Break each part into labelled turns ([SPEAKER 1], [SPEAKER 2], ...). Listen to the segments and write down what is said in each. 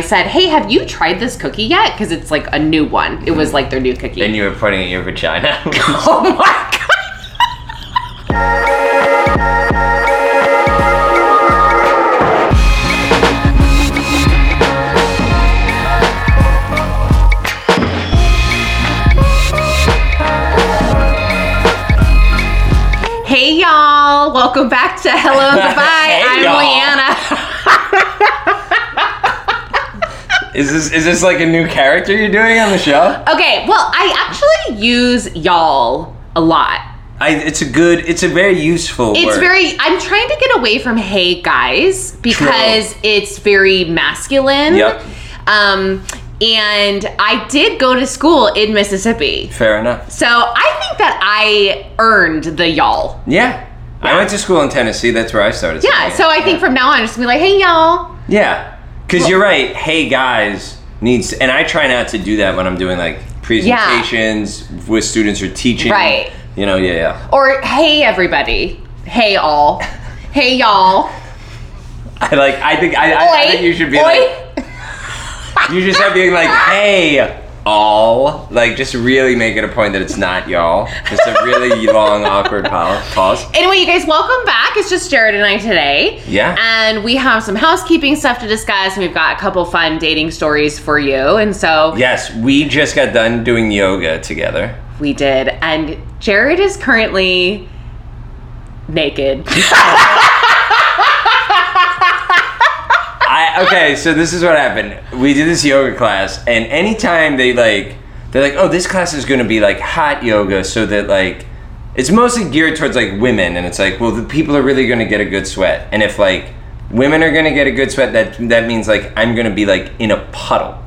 [SPEAKER 1] said, "Hey, have you tried this cookie yet?" Because it's like a new one. It was like their new cookie.
[SPEAKER 2] And you were pointing at your vagina.
[SPEAKER 1] oh my god! Hey y'all! Welcome back to Hello Goodbye.
[SPEAKER 2] Hey,
[SPEAKER 1] I'm
[SPEAKER 2] y'all.
[SPEAKER 1] Leanna.
[SPEAKER 2] is this is this like a new character you're doing on the show?
[SPEAKER 1] Okay, well, I actually use y'all a lot.
[SPEAKER 2] I, it's a good. It's a very useful.
[SPEAKER 1] It's
[SPEAKER 2] word.
[SPEAKER 1] very. I'm trying to get away from "Hey guys" because it's very masculine.
[SPEAKER 2] Yep.
[SPEAKER 1] Um, and I did go to school in Mississippi,
[SPEAKER 2] fair enough.
[SPEAKER 1] so I think that I earned the y'all.
[SPEAKER 2] Yeah. I went to school in Tennessee. That's where I started.
[SPEAKER 1] Yeah.
[SPEAKER 2] saying it.
[SPEAKER 1] So I think from now on, I'm just gonna be like, "Hey y'all."
[SPEAKER 2] Yeah, because you're right. Hey guys needs, and I try not to do that when I'm doing like presentations with students or teaching.
[SPEAKER 1] Right.
[SPEAKER 2] You know. Yeah. Yeah.
[SPEAKER 1] Or "Hey everybody." Hey all. Hey y'all.
[SPEAKER 2] I like. I think. I, I, I think you should be
[SPEAKER 1] Oi.
[SPEAKER 2] like. You should start being like, hey, all. Like, just really make it a point that it's not y'all. Just a really long, awkward pause. pause.
[SPEAKER 1] Anyway, you guys, welcome back. It's just Jared and I today.
[SPEAKER 2] Yeah.
[SPEAKER 1] And we have some housekeeping stuff to discuss, and we've got a couple fun dating stories for you. And so
[SPEAKER 2] Yes, we just got done doing yoga together.
[SPEAKER 1] we did. And Jared is currently naked.
[SPEAKER 2] I okay, so this is what happened. We did this yoga class, and anytime they like, they're like, oh, this class is gonna be like hot yoga, so that like, it's mostly geared towards like women, and it's like, well, the people are really gonna get a good sweat, and if like women are gonna get a good sweat, that that means like I'm gonna be like in a puddle,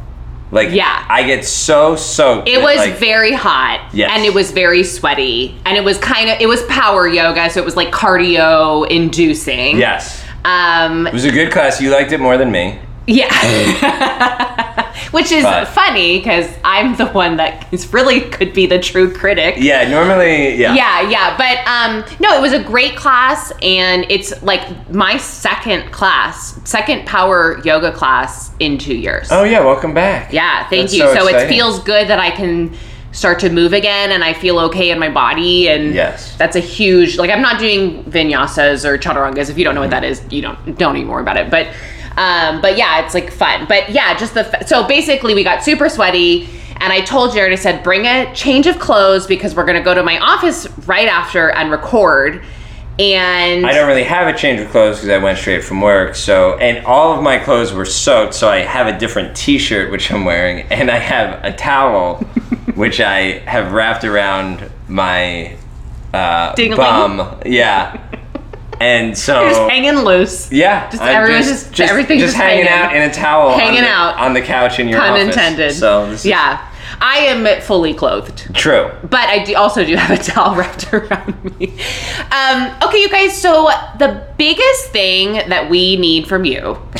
[SPEAKER 2] like
[SPEAKER 1] Yeah.
[SPEAKER 2] I get so soaked.
[SPEAKER 1] It
[SPEAKER 2] that,
[SPEAKER 1] was
[SPEAKER 2] like,
[SPEAKER 1] very hot.
[SPEAKER 2] Yes.
[SPEAKER 1] And it was very sweaty. And it was kind of, it was power yoga, so it was like cardio inducing.
[SPEAKER 2] yes.
[SPEAKER 1] Um,
[SPEAKER 2] It was a good class. You liked it more than me.
[SPEAKER 1] yeah. Which is
[SPEAKER 2] But-
[SPEAKER 1] funny because I'm the one that is really could be the true critic.
[SPEAKER 2] Yeah, normally, yeah.
[SPEAKER 1] yeah yeah but um no it was a great class and it's like my second class second power yoga class in two years
[SPEAKER 2] Oh yeah, welcome back.
[SPEAKER 1] yeah thank
[SPEAKER 2] that's
[SPEAKER 1] you
[SPEAKER 2] so
[SPEAKER 1] so, it
[SPEAKER 2] exciting.
[SPEAKER 1] feels good that i can start to move again and i feel okay in my body and
[SPEAKER 2] Yes.
[SPEAKER 1] that's a huge like i'm not doing vinyasas or chaturangas if you don't know what that is you don't don't even worry about it but um but yeah it's like fun but yeah just the f- so basically we got super sweaty and i told jared i said bring a change of clothes because we're going to go to my office right after and record and
[SPEAKER 2] I don't really have a change of clothes because I went straight from work. So, and all of my clothes were soaked. So I have a different T-shirt which I'm wearing, and I have a towel which I have wrapped around my uh,
[SPEAKER 1] Dingling.
[SPEAKER 2] bum. Yeah, and so
[SPEAKER 1] You're just hanging loose
[SPEAKER 2] yeah,
[SPEAKER 1] Just everyone's just- everything's just
[SPEAKER 2] hanging,
[SPEAKER 1] hanging.
[SPEAKER 2] out in a towel, on
[SPEAKER 1] Hanging
[SPEAKER 2] the-
[SPEAKER 1] out.
[SPEAKER 2] on the couch in your
[SPEAKER 1] pun
[SPEAKER 2] office.
[SPEAKER 1] intended
[SPEAKER 2] So this is
[SPEAKER 1] yeah i am fully clothed
[SPEAKER 2] true.
[SPEAKER 1] but I do also do have a towel wrapped around me. Um, okay, you guys. So the biggest thing that we need from you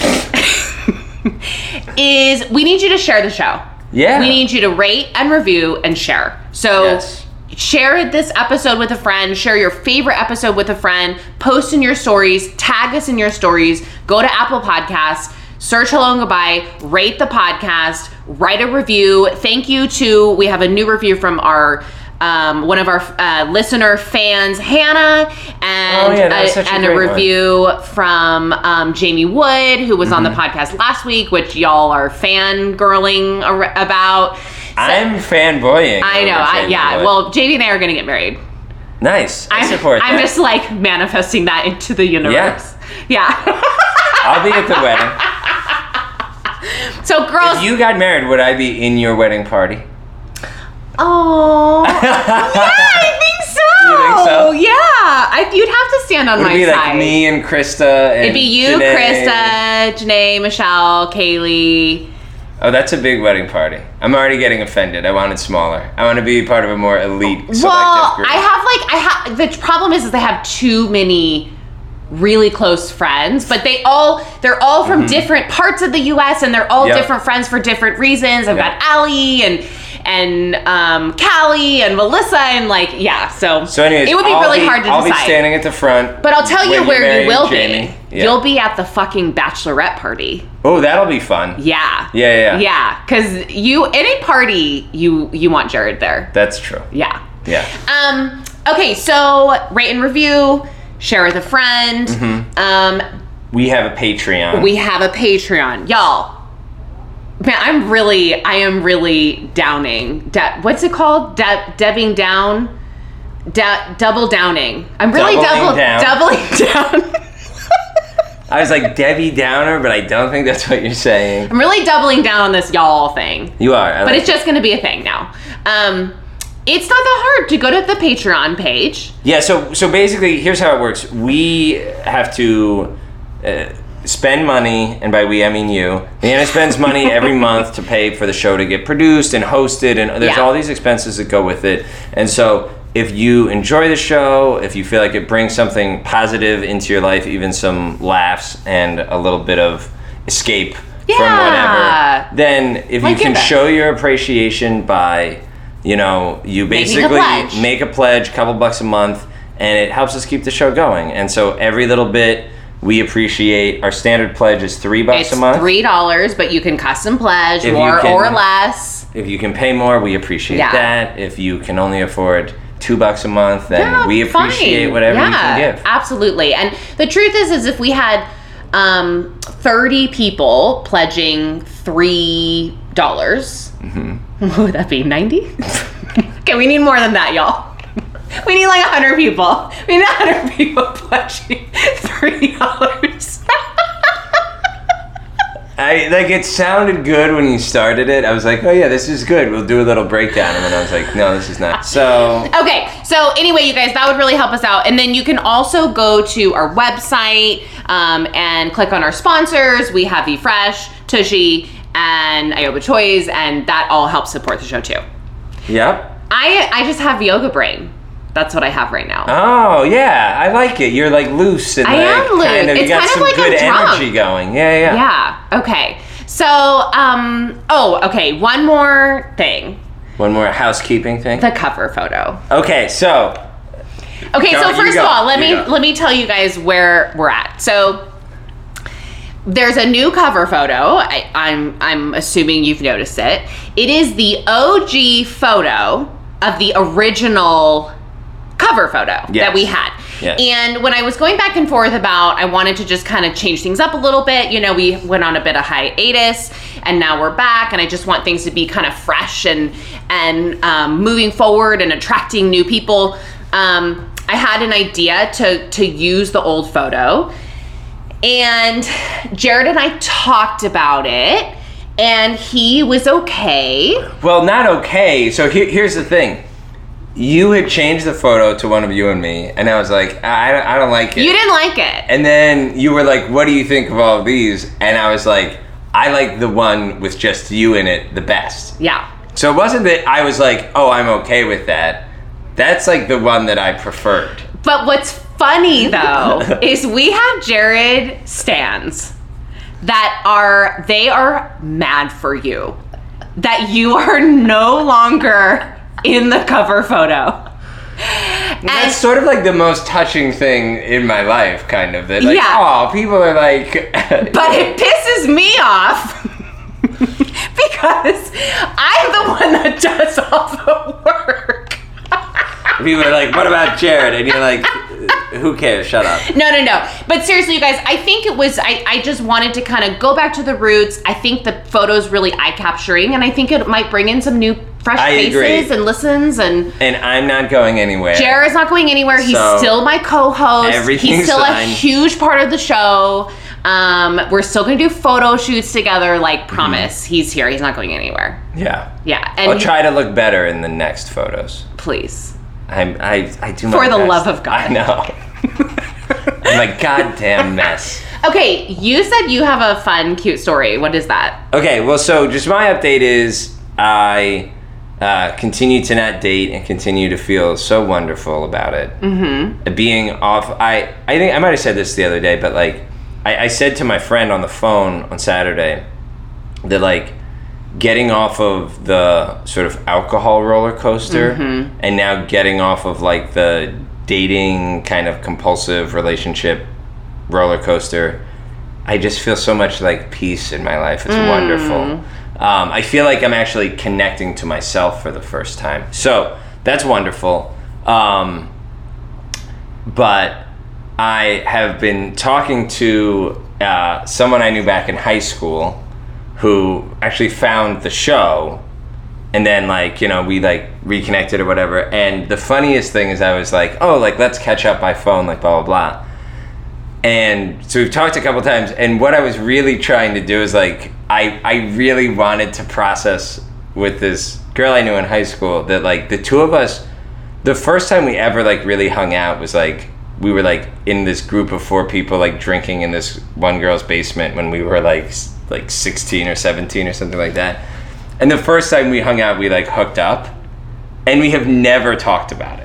[SPEAKER 1] is we need you to share the show.
[SPEAKER 2] Yeah.
[SPEAKER 1] We need you to rate and review and share. So.
[SPEAKER 2] Yes.
[SPEAKER 1] Share this episode with a friend. Share your favorite episode with a friend. Post in your stories. Tag us in your stories. Go to Apple Podcasts. Search Hello and Goodbye. Rate the podcast. Write a review. Thank you to we have a new review from our um, one of our uh, listener fans, Hannah, and
[SPEAKER 2] Oh, yeah, that was such a
[SPEAKER 1] and a
[SPEAKER 2] great one.
[SPEAKER 1] review from um, Jamie Wood, who was on
[SPEAKER 2] Mm-hmm.
[SPEAKER 1] the podcast last week, which y'all are fangirling ar- about.
[SPEAKER 2] I'm fanboying.
[SPEAKER 1] I know.
[SPEAKER 2] over
[SPEAKER 1] I,
[SPEAKER 2] Jamie
[SPEAKER 1] yeah.
[SPEAKER 2] Wood.
[SPEAKER 1] Well, Jamie and I are going to get married.
[SPEAKER 2] nice. I
[SPEAKER 1] I'm,
[SPEAKER 2] support.
[SPEAKER 1] I'm
[SPEAKER 2] that.
[SPEAKER 1] just like manifesting that into the universe. Yeah.
[SPEAKER 2] I'll be at the wedding.
[SPEAKER 1] so, girls.
[SPEAKER 2] If you got married, would I be in your wedding party?
[SPEAKER 1] oh. yeah, I think so.
[SPEAKER 2] You think so?
[SPEAKER 1] Yeah. I, you'd have to stand on
[SPEAKER 2] Would
[SPEAKER 1] my
[SPEAKER 2] it be
[SPEAKER 1] side.
[SPEAKER 2] like me and Krista? And
[SPEAKER 1] It'd be you,
[SPEAKER 2] Janae?
[SPEAKER 1] Krista, Janae, Michelle, Kaylee.
[SPEAKER 2] Oh, that's a big wedding party. I'm already getting offended. I want it smaller. I want to be part of a more elite selective
[SPEAKER 1] well,
[SPEAKER 2] group.
[SPEAKER 1] I have like I have the problem is is they have too many really close friends, but they all they're all
[SPEAKER 2] Mm-hmm.
[SPEAKER 1] from different parts of the U.S. and they're all
[SPEAKER 2] Yep.
[SPEAKER 1] different friends for different reasons. I've
[SPEAKER 2] Yep.
[SPEAKER 1] got Allie and and um, Callie and Melissa and like yeah. So
[SPEAKER 2] So, anyways,
[SPEAKER 1] it would be
[SPEAKER 2] I'll
[SPEAKER 1] really hard to
[SPEAKER 2] I'll
[SPEAKER 1] decide.
[SPEAKER 2] be standing at the front.
[SPEAKER 1] but I'll tell you
[SPEAKER 2] when
[SPEAKER 1] where
[SPEAKER 2] marry
[SPEAKER 1] you will
[SPEAKER 2] Jamie.
[SPEAKER 1] be.
[SPEAKER 2] Yeah.
[SPEAKER 1] You'll be at the fucking bachelorette party.
[SPEAKER 2] Oh, that'll be fun.
[SPEAKER 1] Yeah.
[SPEAKER 2] Yeah, yeah, yeah.
[SPEAKER 1] Yeah. Because you any party you you want Jared there.
[SPEAKER 2] That's true.
[SPEAKER 1] Yeah.
[SPEAKER 2] Yeah.
[SPEAKER 1] Um, okay, so rate and review, share with a friend.
[SPEAKER 2] Mm-hmm.
[SPEAKER 1] Um,
[SPEAKER 2] We have a Patreon.
[SPEAKER 1] we have a Patreon, y'all. Man, I'm really, I am really downing. De- what's it called? De- debbing down, De- double downing. I'm really double
[SPEAKER 2] Doubling down.
[SPEAKER 1] doubling down.
[SPEAKER 2] I was like Debbie Downer, but I don't think that's what you're saying.
[SPEAKER 1] I'm really doubling down on this y'all thing.
[SPEAKER 2] You are. I
[SPEAKER 1] But
[SPEAKER 2] like
[SPEAKER 1] it's just going to be a thing now. Um, it's not that hard to go to the Patreon page.
[SPEAKER 2] Yeah, so so basically, here's how it works. We have to uh, spend money, and by we I mean you. Leanna spends money every month to pay for the show to get produced and hosted, and there's
[SPEAKER 1] Yeah.
[SPEAKER 2] all these expenses that go with it. And so, if you enjoy the show, if you feel like it brings something positive into your life, even some laughs and a little bit of escape
[SPEAKER 1] Yeah.
[SPEAKER 2] from whatever, then if
[SPEAKER 1] Like,
[SPEAKER 2] you can
[SPEAKER 1] give it.
[SPEAKER 2] show your appreciation by, you know, you
[SPEAKER 1] Making a
[SPEAKER 2] basically
[SPEAKER 1] pledge.
[SPEAKER 2] make a pledge, couple bucks a month, and it helps us keep the show going. And so every little bit we appreciate. Our standard pledge is three bucks
[SPEAKER 1] It's
[SPEAKER 2] a month.
[SPEAKER 1] three dollars, but you can custom pledge
[SPEAKER 2] If you
[SPEAKER 1] more
[SPEAKER 2] can-
[SPEAKER 1] or less.
[SPEAKER 2] If you can pay more, we appreciate
[SPEAKER 1] Yeah.
[SPEAKER 2] that. If you can only afford two bucks a month, then
[SPEAKER 1] Yeah,
[SPEAKER 2] we
[SPEAKER 1] fine.
[SPEAKER 2] appreciate whatever you
[SPEAKER 1] Yeah,
[SPEAKER 2] can give.
[SPEAKER 1] Absolutely. And the truth is, is if we had um, thirty people pledging three dollars,
[SPEAKER 2] Mm-hmm.
[SPEAKER 1] what would that be? Ninety? okay, we need more than that, y'all. We need like hundred people. We need hundred people pledging three dollars.
[SPEAKER 2] I like it sounded good when you started it. I was like, oh yeah, this is good. We'll do a little breakdown, and then I was like, no, this is not. So
[SPEAKER 1] Okay, so anyway, you guys, that would really help us out. And then you can also go to our website um, and click on our sponsors. We have eFresh, Tushy, and Ioba Toys, and that all helps support the show too.
[SPEAKER 2] yep.
[SPEAKER 1] I I just have yoga brain. That's what I have right now.
[SPEAKER 2] Oh yeah, I like it. You're like loose and
[SPEAKER 1] I
[SPEAKER 2] like
[SPEAKER 1] am loose.
[SPEAKER 2] kind of you
[SPEAKER 1] It's
[SPEAKER 2] got
[SPEAKER 1] kind of
[SPEAKER 2] some
[SPEAKER 1] like I'm
[SPEAKER 2] good
[SPEAKER 1] drunk.
[SPEAKER 2] energy going. Yeah, yeah.
[SPEAKER 1] yeah. Okay. So, um, oh, okay. One more thing:
[SPEAKER 2] One more housekeeping thing.
[SPEAKER 1] the cover photo.
[SPEAKER 2] Okay, so
[SPEAKER 1] Okay,
[SPEAKER 2] Go-
[SPEAKER 1] so
[SPEAKER 2] you
[SPEAKER 1] first
[SPEAKER 2] go.
[SPEAKER 1] of all, let
[SPEAKER 2] You
[SPEAKER 1] me
[SPEAKER 2] go.
[SPEAKER 1] let me tell you guys where we're at. So there's a new cover photo. I, I'm I'm assuming you've noticed it. It is the OG photo of the original cover photo
[SPEAKER 2] Yes.
[SPEAKER 1] that we had.
[SPEAKER 2] Yes.
[SPEAKER 1] And when I was going back and forth about, I wanted to just kind of change things up a little bit. You know, we went on a bit of hiatus, and now we're back, and I just want things to be kind of fresh and and um, moving forward and attracting new people. Um, I had an idea to to use the old photo, and Jared and I talked about it, and he was okay.
[SPEAKER 2] well, not okay. So here, here's the thing. You had changed the photo to one of you and me, and I was like, I, I don't- I don't like it.
[SPEAKER 1] You didn't like it.
[SPEAKER 2] and then you were like, What do you think of all of these? And I was like, I like the one with just you in it the best.
[SPEAKER 1] Yeah.
[SPEAKER 2] So it wasn't that I was like, Oh, I'm okay with that. That's like the one that I preferred.
[SPEAKER 1] But what's funny though is we have Jared stands that are they are mad for you that you are no longer in the cover photo. And-
[SPEAKER 2] That's sort of like the most touching thing in my life, kind of. That, like,
[SPEAKER 1] Yeah.
[SPEAKER 2] oh, people are like.
[SPEAKER 1] but it pisses me off because I'm the one that does all the work.
[SPEAKER 2] people are like, what about Jared? And you're like, who cares? Shut up.
[SPEAKER 1] No, no, no. But seriously, you guys, I think it was, I, I just wanted to kind of go back to the roots. I think the photo's really eye capturing, and I think it might bring in some new, fresh
[SPEAKER 2] I
[SPEAKER 1] faces
[SPEAKER 2] agree.
[SPEAKER 1] and listens. And
[SPEAKER 2] And I'm not going anywhere.
[SPEAKER 1] Jared's not going anywhere. He's
[SPEAKER 2] So,
[SPEAKER 1] still my co host, he's
[SPEAKER 2] everything's
[SPEAKER 1] still
[SPEAKER 2] fine.
[SPEAKER 1] a huge part of the show. Um, we're still going to do photo shoots together, like, promise. He's here, he's not going anywhere.
[SPEAKER 2] Yeah.
[SPEAKER 1] Yeah. And
[SPEAKER 2] Mm-hmm. I'll try to look better in the next photos.
[SPEAKER 1] please.
[SPEAKER 2] I'm, I, I do my
[SPEAKER 1] For the
[SPEAKER 2] best.
[SPEAKER 1] love of God.
[SPEAKER 2] I know. I'm a goddamn mess.
[SPEAKER 1] Okay, you said you have a fun, cute story. What is that?
[SPEAKER 2] Okay, well, so just my update is I uh, continue to not date and continue to feel so wonderful about it. Mm-hmm. Being off, I I think I might have said this the other day, but like I, I said to my friend on the phone on Saturday that like getting off of the sort of alcohol roller coaster and now getting off of like the dating kind of compulsive relationship roller coaster i just feel so much like peace in my life it's wonderful um, i feel like i'm actually connecting to myself for the first time so that's wonderful um, but I have been talking to uh, someone I knew back in high school who actually found the show and then like you know we like reconnected or whatever and the funniest thing is i was like oh like let's catch up by phone like blah blah blah and so we've talked a couple times and what i was really trying to do is like i i really wanted to process with this girl i knew in high school that like the two of us the first time we ever like really hung out was like we were like in this group of four people like drinking in this one girl's basement when we were like s- like 16 or 17 or something like that and the first time we hung out we like hooked up and we have never talked about it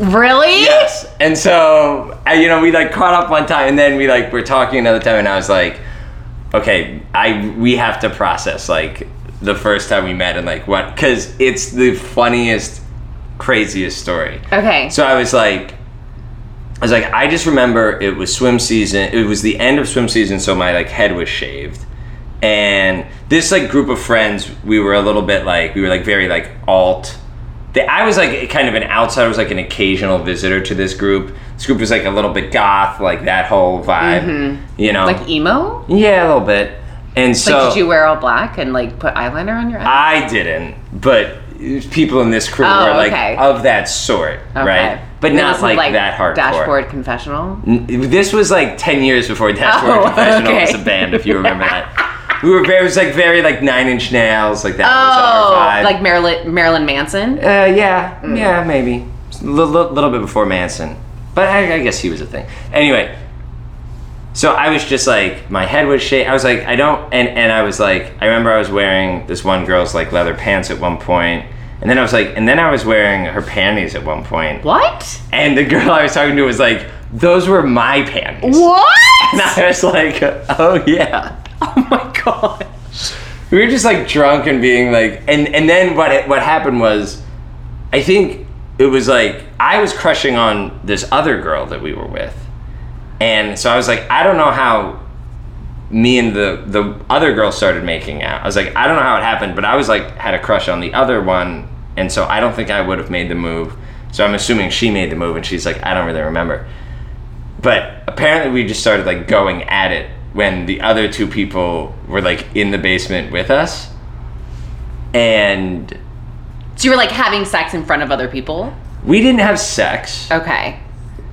[SPEAKER 1] Really?
[SPEAKER 2] Yes. And so, uh, you know, we like caught up one time and then we like were talking another time and I was like, okay, I we have to process like the first time we met and like what cuz it's the funniest craziest story.
[SPEAKER 1] Okay.
[SPEAKER 2] So I was like, I was like, I just remember it was swim season. It was the end of swim season, so my like head was shaved, and this like group of friends, we were a little bit like we were like very like alt. They, I was like kind of an outsider. I was like an occasional visitor to this group. This group was like a little bit goth, like that whole vibe, you know?
[SPEAKER 1] Mm-hmm. like emo?
[SPEAKER 2] yeah, a little bit. And
[SPEAKER 1] Like,
[SPEAKER 2] so
[SPEAKER 1] did you wear all black and like put eyeliner on your eyes?
[SPEAKER 2] I didn't, but people in this crew
[SPEAKER 1] Oh,
[SPEAKER 2] were like
[SPEAKER 1] okay.
[SPEAKER 2] of that sort, right? But
[SPEAKER 1] This
[SPEAKER 2] not
[SPEAKER 1] is,
[SPEAKER 2] like, that hardcore.
[SPEAKER 1] Dashboard confessional.
[SPEAKER 2] N- This was like ten years before Dashboard
[SPEAKER 1] Oh,
[SPEAKER 2] Confessional was
[SPEAKER 1] okay.
[SPEAKER 2] a band, if you remember that. We were very, it was like very like Nine Inch Nails, like that was our
[SPEAKER 1] Oh,
[SPEAKER 2] vibe.
[SPEAKER 1] like Mm. Marilyn Marilyn Manson.
[SPEAKER 2] uh, yeah, yeah, maybe a little, little bit before Manson, but I, I guess he was a thing. Anyway, so I was just like, my head was shaking. I was like, I don't, and and I was like, I remember I was wearing this one girl's like leather pants at one point, and then I was like, and then I was wearing her panties at one point,
[SPEAKER 1] What?
[SPEAKER 2] and the girl I was talking to was like, those were my panties. And
[SPEAKER 1] What?
[SPEAKER 2] I was like, oh yeah.
[SPEAKER 1] Oh my god.
[SPEAKER 2] We were just like drunk and being like, and and then what what happened was, I think it was like I was crushing on this other girl that we were with, and so I was like, I don't know how me and the the other girl started making out. I was like, I don't know how it happened, but I was like had a crush on the other one, and so I don't think I would have made the move. So I'm assuming she made the move, and she's like, I don't really remember. But apparently, we just started like going at it when the other two people were like in the basement with us, and
[SPEAKER 1] So you were like having sex in front of other people?
[SPEAKER 2] we didn't have sex.
[SPEAKER 1] Okay.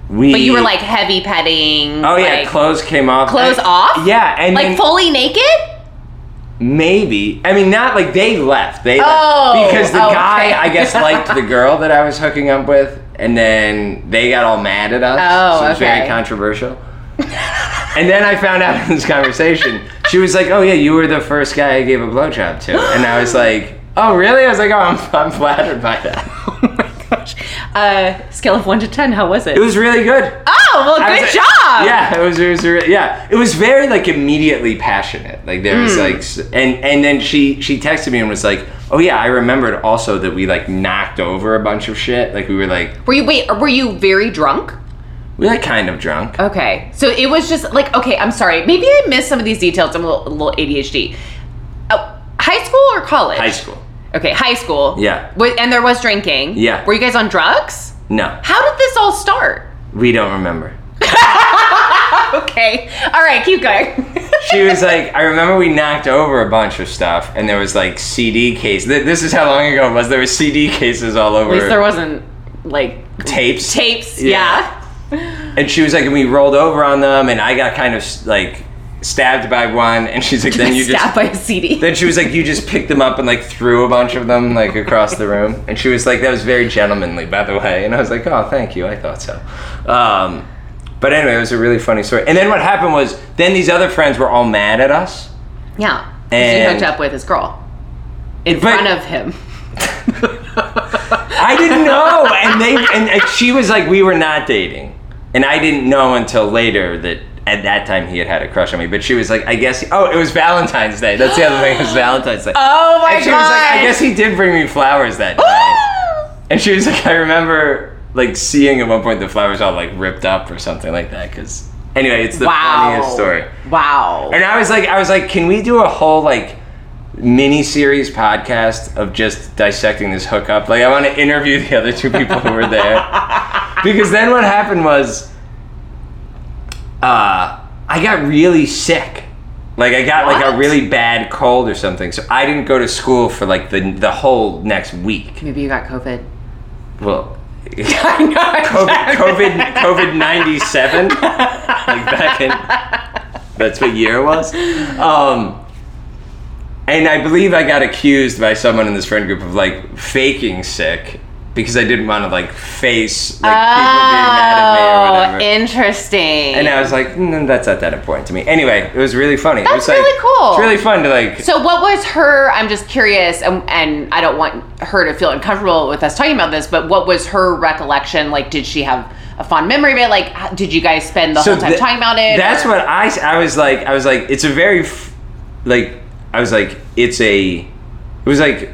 [SPEAKER 2] We
[SPEAKER 1] But you were like heavy petting.
[SPEAKER 2] oh yeah,
[SPEAKER 1] like,
[SPEAKER 2] clothes came off.
[SPEAKER 1] Clothes
[SPEAKER 2] I-
[SPEAKER 1] off?
[SPEAKER 2] Yeah, and
[SPEAKER 1] like
[SPEAKER 2] then
[SPEAKER 1] fully naked?
[SPEAKER 2] maybe I mean not like they left. They
[SPEAKER 1] Oh,
[SPEAKER 2] left because the
[SPEAKER 1] oh,
[SPEAKER 2] guy
[SPEAKER 1] okay.
[SPEAKER 2] I guess liked the girl that I was hooking up with, and then they got all mad at us.
[SPEAKER 1] Oh,
[SPEAKER 2] so it was very
[SPEAKER 1] okay.
[SPEAKER 2] controversial. And then I found out in this conversation, she was like, "Oh yeah, you were the first guy I gave a blowjob to," and I was like, "Oh really?" I was like, "Oh, I'm, I'm flattered by that."
[SPEAKER 1] Oh my gosh. Uh, scale of one to ten, how was it?
[SPEAKER 2] It was really good.
[SPEAKER 1] oh, well,
[SPEAKER 2] I
[SPEAKER 1] good
[SPEAKER 2] was- uh,
[SPEAKER 1] job.
[SPEAKER 2] Yeah, it was, it was re- yeah, it was very like immediately passionate. Like there
[SPEAKER 1] Hmm.
[SPEAKER 2] was like s- and and then she she texted me and was like, "Oh yeah, I remembered also that we like knocked over a bunch of shit. Like we were like
[SPEAKER 1] Were you wait? Were you very drunk?
[SPEAKER 2] we like kind of drunk.
[SPEAKER 1] Okay, so it was just like okay. I'm sorry. Maybe I missed some of these details. I'm a little, a little ADHD. Uh, high school or college?
[SPEAKER 2] High school.
[SPEAKER 1] Okay, high school.
[SPEAKER 2] Yeah.
[SPEAKER 1] Wa- and there was drinking.
[SPEAKER 2] Yeah.
[SPEAKER 1] Were you guys on drugs?
[SPEAKER 2] No,
[SPEAKER 1] How did this all start?
[SPEAKER 2] we don't remember.
[SPEAKER 1] Okay. All right. Keep going.
[SPEAKER 2] she was like, I remember we knocked over a bunch of stuff, and there was like CD cases. Th- This is how long ago it was. There was CD cases all
[SPEAKER 1] At least there
[SPEAKER 2] over
[SPEAKER 1] wasn't like
[SPEAKER 2] tapes,
[SPEAKER 1] tapes.
[SPEAKER 2] Yeah.
[SPEAKER 1] Yeah.
[SPEAKER 2] and she was like, and we rolled over on them, and I got kind of like stabbed by one, and she's like, then you just.
[SPEAKER 1] stabbed by a CD.
[SPEAKER 2] Then she was like, "You just picked them up and like threw a bunch of them like across the room." And she was like, "That was very gentlemanly, by the way." And I was like, "Oh, thank you. I thought so." Um, but anyway, it was a really funny story. And then what happened was, then these other friends were all mad at us.
[SPEAKER 1] yeah.
[SPEAKER 2] And-
[SPEAKER 1] she hooked up with his girl in
[SPEAKER 2] But-
[SPEAKER 1] front of him.
[SPEAKER 2] I didn't know, and they and, and she was like, we were not dating, and I didn't know until later that at that time he had had a crush on me, but she was like, I guess. Oh, it was Valentine's Day. That's the other thing. It was Valentine's Day.
[SPEAKER 1] Oh my
[SPEAKER 2] and she
[SPEAKER 1] god!
[SPEAKER 2] was like, I guess he did bring me flowers that night. And she was like, I remember like seeing at one point the flowers all like ripped up or something like that. Because anyway, it's the
[SPEAKER 1] wow.
[SPEAKER 2] funniest story.
[SPEAKER 1] Wow.
[SPEAKER 2] And I was like, I was like, can we do a whole like mini series podcast of just dissecting this hookup? Like, I want to interview the other two people who were there because then what happened was, uh, I got really sick. Like I got like a
[SPEAKER 1] What?
[SPEAKER 2] really bad cold or something, so I didn't go to school for like the the whole next week.
[SPEAKER 1] Maybe you got COVID.
[SPEAKER 2] Well, I know. COVID, COVID, COVID 97. like back in, that's what year it was. Um, and I believe I got accused by someone in this friend group of like faking sick because I didn't want to like face like people being mad at me or
[SPEAKER 1] Oh,
[SPEAKER 2] whatever.
[SPEAKER 1] interesting.
[SPEAKER 2] and I was like, mm, that's not that important to me. Anyway, it was really funny. it was
[SPEAKER 1] That's really
[SPEAKER 2] like,
[SPEAKER 1] cool.
[SPEAKER 2] It's really fun to like.
[SPEAKER 1] So what was her? I'm just curious, and, and I don't want her to feel uncomfortable with us talking about this. But what was her recollection? Like, did she have a fond memory of it? Like, h- did you guys spend the whole time
[SPEAKER 2] th-
[SPEAKER 1] talking about it?
[SPEAKER 2] That's
[SPEAKER 1] or-
[SPEAKER 2] what I, s- I was like. I was like, it's a very, f- like, I was like, it's a, it was like,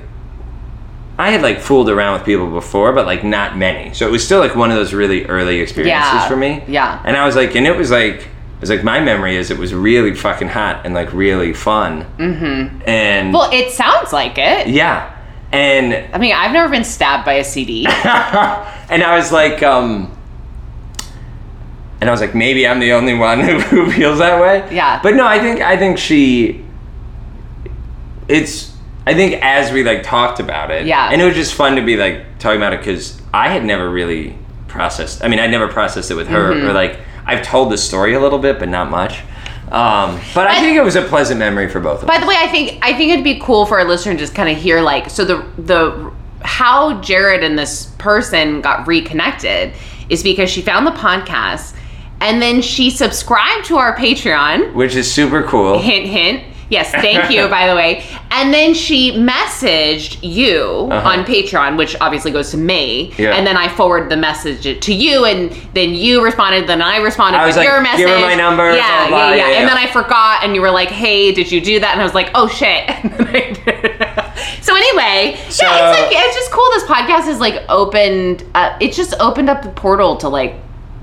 [SPEAKER 2] I had like fooled around with people before, but like not many. So it was still like one of those really early experiences
[SPEAKER 1] Yeah.
[SPEAKER 2] for me.
[SPEAKER 1] Yeah.
[SPEAKER 2] And I was like, and it was like, it was like my memory is it was really fucking hot and like really fun. Mm-hmm. And
[SPEAKER 1] Well, it sounds like it.
[SPEAKER 2] yeah, and
[SPEAKER 1] I mean, I've never been stabbed by a CD.
[SPEAKER 2] and I was like, um, and I was like, maybe I'm the only one who, who feels that way.
[SPEAKER 1] Yeah.
[SPEAKER 2] But no, I think I think she. It's I think as we like talked about it.
[SPEAKER 1] Yeah.
[SPEAKER 2] And it was just fun to be like talking about it because I had never really processed. I mean, I never processed it with her
[SPEAKER 1] Mm-hmm.
[SPEAKER 2] or like I've told the story a little bit, but not much. Um, but I
[SPEAKER 1] But-
[SPEAKER 2] think it was a pleasant memory for both of
[SPEAKER 1] By
[SPEAKER 2] us.
[SPEAKER 1] the way, I think I think it'd be cool for our listener to just kind of hear like so the the how Jared and this person got reconnected is because she found the podcast and then she subscribed to our Patreon.
[SPEAKER 2] Which is super cool.
[SPEAKER 1] Hint, hint. Yes, thank you, by the way. And then she messaged you on Patreon, which obviously goes to me.
[SPEAKER 2] Uh-huh. Yeah.
[SPEAKER 1] And then I forwarded the message to you, and then you responded, then I responded
[SPEAKER 2] I was
[SPEAKER 1] with
[SPEAKER 2] like,
[SPEAKER 1] your message.
[SPEAKER 2] "Give her my number,"
[SPEAKER 1] Yeah,
[SPEAKER 2] blah, blah,
[SPEAKER 1] yeah, yeah,
[SPEAKER 2] yeah, yeah.
[SPEAKER 1] And then I forgot, and you were like, hey, did you do that? And I was like, oh shit. And then I did. so anyway,
[SPEAKER 2] So-
[SPEAKER 1] yeah, it's like it's just cool. This podcast is like opened. Uh, it just opened up the portal to like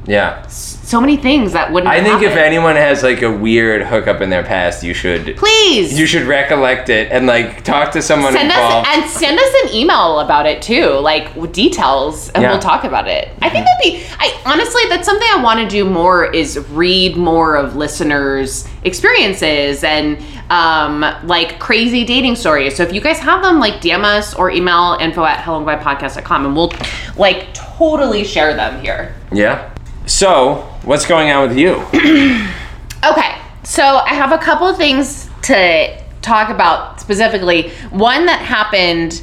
[SPEAKER 2] Yeah.
[SPEAKER 1] so many things that wouldn't.
[SPEAKER 2] I think if
[SPEAKER 1] happen.
[SPEAKER 2] anyone has like a weird hookup in their past, you should
[SPEAKER 1] please
[SPEAKER 2] You should recollect it and like talk to someone
[SPEAKER 1] send us
[SPEAKER 2] involved.
[SPEAKER 1] and send us an email about it too like with details and
[SPEAKER 2] Yeah.
[SPEAKER 1] we'll talk about it i think that'd be i honestly that's something i want to do more is read more of listeners experiences and um like crazy dating stories so if you guys have them like dm us or email info at helloandbypodcast.com and we'll like totally share them here
[SPEAKER 2] yeah. So, what's going on with you?
[SPEAKER 1] Okay, so I have a couple things to talk about specifically. One that happened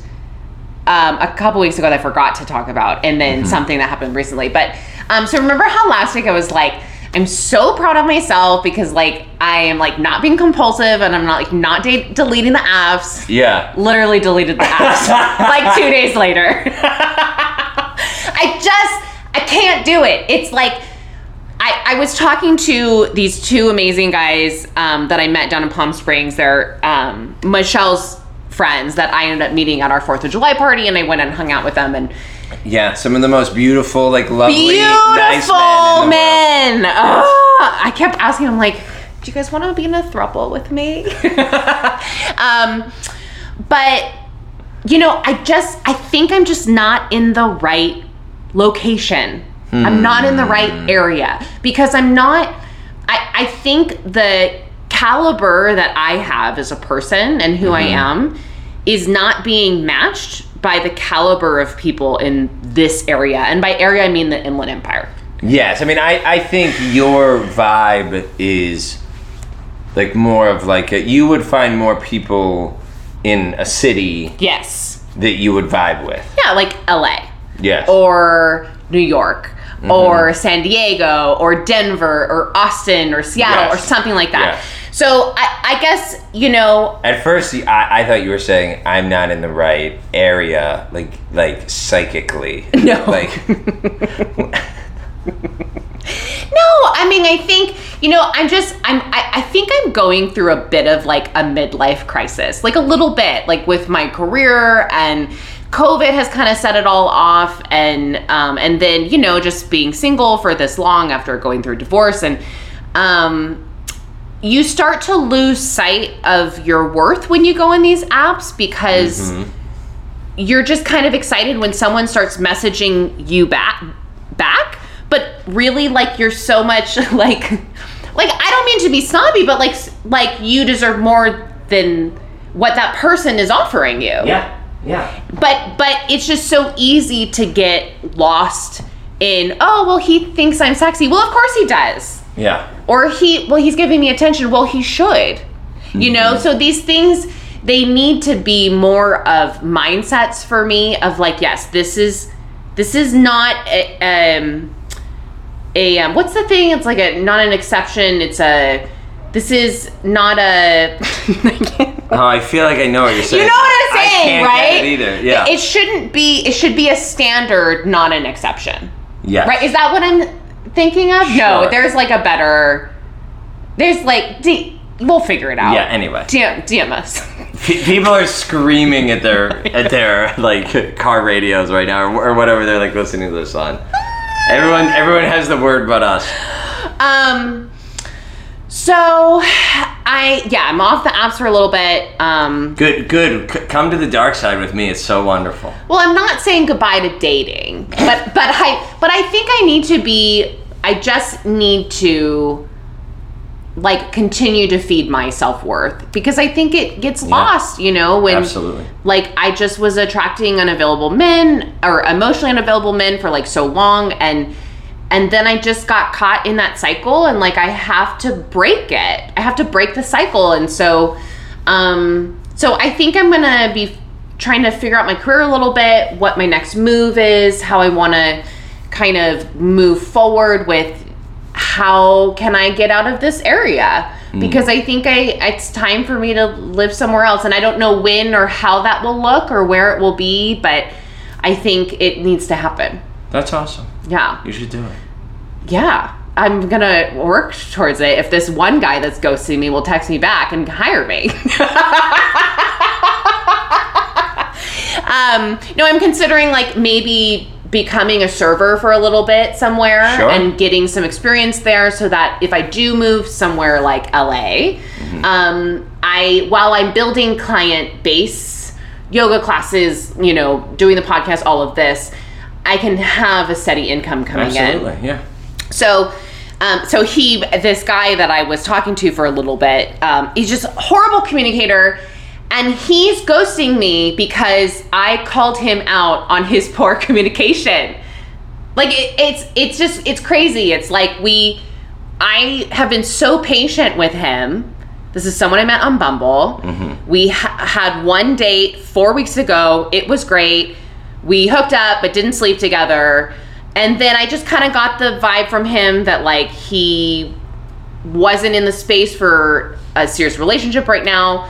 [SPEAKER 1] um, a couple weeks ago that I forgot to talk about, and then something that happened recently. But um, so remember how last week I was like, I'm so proud of myself because like I am like not being compulsive and I'm not like not de- deleting the apps
[SPEAKER 2] Yeah.
[SPEAKER 1] literally deleted the apps like two days later. I just, I can't do it. It's like, I, I was talking to these two amazing guys um, that I met down in Palm Springs. They're um, Michelle's friends that I ended up meeting at our 4th of July party, and I went and hung out with them. And
[SPEAKER 2] Yeah, some of the most beautiful, like lovely, nice
[SPEAKER 1] beautiful
[SPEAKER 2] men. in the world.
[SPEAKER 1] men. Ah, I kept asking him like, "Do you guys want to be in a throuple with me?" um, but you know, I just I think I'm just not in the right location. I'm not in the right area because I'm not. I I think the caliber that I have as a person and who I am is not being matched by the caliber of people in this area, and by area I mean the Inland Empire.
[SPEAKER 2] Yes, I mean, I, I think your vibe is like more of like a, you would find more people in a city
[SPEAKER 1] Yes.
[SPEAKER 2] that you would vibe with.
[SPEAKER 1] Yeah, like LA.
[SPEAKER 2] Yes.
[SPEAKER 1] or New York or San Diego or Denver or Austin or Seattle
[SPEAKER 2] Yes.
[SPEAKER 1] or something like that.
[SPEAKER 2] Yes.
[SPEAKER 1] So I, I guess, you know,
[SPEAKER 2] At first, you- I, I thought you were saying I'm not in the right area, like like psychically.
[SPEAKER 1] No.
[SPEAKER 2] Like
[SPEAKER 1] no, No, I mean, I think you know, I'm just, I'm, I, I think I'm going through a bit of like a midlife crisis, like a little bit, like with my career and COVID has kind of set it all off, and um, and then you know, just being single for this long after going through divorce and. Um, you start to lose sight of your worth when you go in these apps because you're just kind of excited when someone starts messaging you back back but really like you're so much like like I don't mean to be snobby but like s- like you deserve more than what that person is offering you
[SPEAKER 2] Yeah. Yeah.
[SPEAKER 1] but but it's just so easy to get lost in oh well he thinks I'm sexy well of course he does
[SPEAKER 2] Yeah.
[SPEAKER 1] or he well he's giving me attention well he should you
[SPEAKER 2] Mm-hmm.
[SPEAKER 1] know so these things they need to be more of mindsets for me of like yes this is this is not a, um a um, what's the thing it's like a not an exception it's a this is not a
[SPEAKER 2] Oh, I feel like I know what you're saying.
[SPEAKER 1] You know what I'm saying,
[SPEAKER 2] I can't
[SPEAKER 1] right?
[SPEAKER 2] Get it either. Yeah.
[SPEAKER 1] it shouldn't be it should be a standard not an exception
[SPEAKER 2] yes.
[SPEAKER 1] Right? Is that what I'm thinking of? No,
[SPEAKER 2] Sure.
[SPEAKER 1] there's like a better. There's like D, we'll figure it out.
[SPEAKER 2] Yeah. Anyway,
[SPEAKER 1] DM, DM us.
[SPEAKER 2] Pe- people are screaming at their at their like car radios right now, or, or whatever they're like listening to this on. Everyone, everyone has the word but us.
[SPEAKER 1] Um. So, I yeah, I'm off the apps for a little bit. Um.
[SPEAKER 2] Good, good. C- come to the dark side with me. It's so wonderful.
[SPEAKER 1] Well, I'm not saying goodbye to dating, but but I but I think I need to be. I just need to like continue to feed my self worth because I think it gets lost, you know, when
[SPEAKER 2] Absolutely.
[SPEAKER 1] like I just was attracting unavailable men or emotionally unavailable men for like so long and and then I just got caught in that cycle and like I have to break it. I have to break the cycle and so um so I think I'm going to be trying to figure out my career a little bit, what my next move is, how I want to kind of move forward with how can I get out of this area? Because I think I it's time for me to live somewhere else and I don't know when or how that will look or where it will be, but I think it needs to happen.
[SPEAKER 2] That's awesome.
[SPEAKER 1] Yeah.
[SPEAKER 2] You should do it.
[SPEAKER 1] Yeah. I'm going to work towards it if this one guy that's ghosting me will text me back and hire me. um, no, I'm considering like maybe becoming a server for a little bit somewhere
[SPEAKER 2] Sure.
[SPEAKER 1] and getting some experience there so that if I do move somewhere like LA,
[SPEAKER 2] Mm-hmm.
[SPEAKER 1] um, I while I'm building client base, yoga classes, you know, doing the podcast, all of this, I can have a steady income coming in.
[SPEAKER 2] Absolutely. Yeah.
[SPEAKER 1] So, um, so he, this guy that I was talking to for a little bit, um, he's just a horrible communicator, and he's ghosting me because I called him out on his poor communication. Like it, it's it's just it's crazy. It's like we, I have been so patient with him. This is someone I met on Bumble. We ha- had one date four weeks ago. It was great. We hooked up but didn't sleep together. And then I just kind of got the vibe from him that like he wasn't in the space for a serious relationship right now.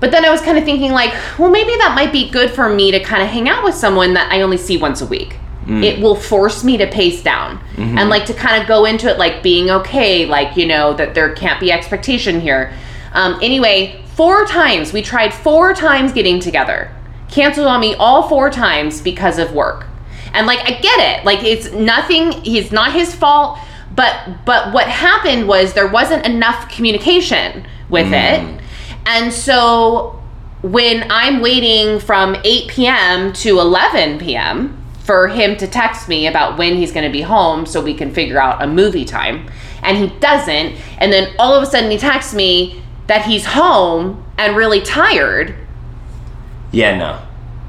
[SPEAKER 1] But then I was kind of thinking like, well, maybe that might be good for me to kind of hang out with someone that I only see once a week. It will force me to pace down and like to kind of go into it like being okay, like you know that there can't be expectation here. Um, anyway, four times we tried four times getting together. Canceled on me all four times because of work. And like I get it. Like it's nothing it's not his fault, but but what happened was there wasn't enough communication with
[SPEAKER 2] Mm.
[SPEAKER 1] it. And so when I'm waiting from 8 p.m. to 11 p.m. for him to text me about when he's going to be home so we can figure out a movie time, and he doesn't, and then all of a sudden he texts me that he's home and really tired.
[SPEAKER 2] Yeah. No.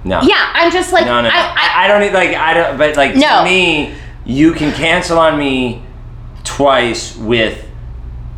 [SPEAKER 2] No.
[SPEAKER 1] Yeah, I'm just like
[SPEAKER 2] No, no, no.
[SPEAKER 1] I,
[SPEAKER 2] I, I don't need like I don't. But like
[SPEAKER 1] No.
[SPEAKER 2] to me, you can cancel on me twice with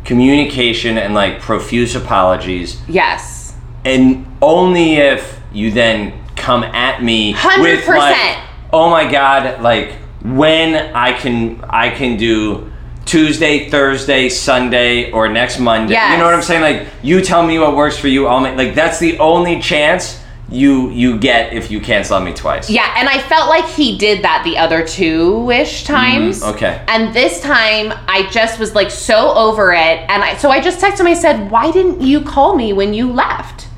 [SPEAKER 2] communication and like profuse apologies,
[SPEAKER 1] I yes.
[SPEAKER 2] and only if you then come at me with
[SPEAKER 1] 100%.
[SPEAKER 2] like, oh my god, like when I can I can do. Tuesday, Thursday, Sunday, or next Monday. You know what I'm
[SPEAKER 1] Yes.
[SPEAKER 2] saying? Like, you tell me what works for you. I'll make, like, that's the only chance you you get if you cancel on me twice.
[SPEAKER 1] Yeah, and I felt like he did that the other two ish times.
[SPEAKER 2] okay.
[SPEAKER 1] And this time I just was like so over it. And I so I just texted him, I said, Why didn't you call me when you left?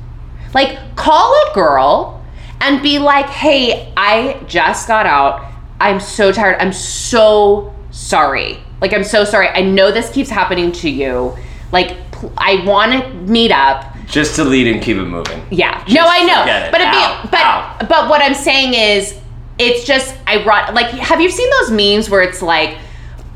[SPEAKER 1] Like, call a girl and be like, Hey, I just got out. I'm so tired. I'm so sorry. Like, I'm so sorry. I know this keeps happening to you. Like, pl- I want to meet up.
[SPEAKER 2] Just delete and keep it moving.
[SPEAKER 1] Yeah. no, I
[SPEAKER 2] forget
[SPEAKER 1] know.
[SPEAKER 2] it.
[SPEAKER 1] But it'd be,
[SPEAKER 2] Ow,
[SPEAKER 1] but
[SPEAKER 2] ow.
[SPEAKER 1] but what I'm saying is, it's just I brought like. Have you seen those memes where it's like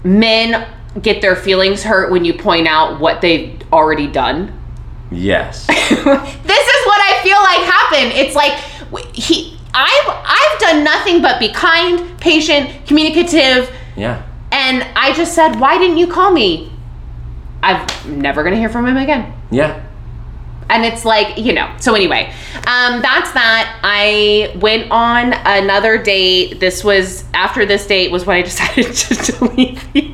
[SPEAKER 1] men get their feelings hurt when you point out what they've already done?
[SPEAKER 2] Yes.
[SPEAKER 1] this is what I feel like happened. It's like w- he. I've I've done nothing but be kind, patient, communicative,
[SPEAKER 2] yeah.
[SPEAKER 1] and I just said, why didn't you call me? I'm never gonna hear from him again.
[SPEAKER 2] Yeah.
[SPEAKER 1] And it's like, you know, so anyway, um, that's that. I went on another date. This was after this date was when I decided to delete the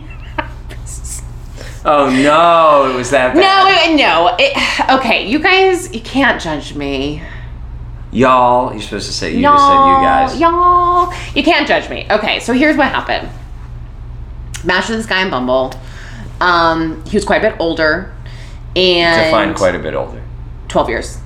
[SPEAKER 2] Oh no, it was that
[SPEAKER 1] No,
[SPEAKER 2] bad.
[SPEAKER 1] it- no. It, okay, you guys, you can't judge me.
[SPEAKER 2] Y'all, you're supposed to say you just said you guys.
[SPEAKER 1] Y'all, you can't judge me. Okay, so here's what happened. Matched with this guy in Bumble. Um, he was quite a bit older. And
[SPEAKER 2] Define quite a bit older.
[SPEAKER 1] 12 years.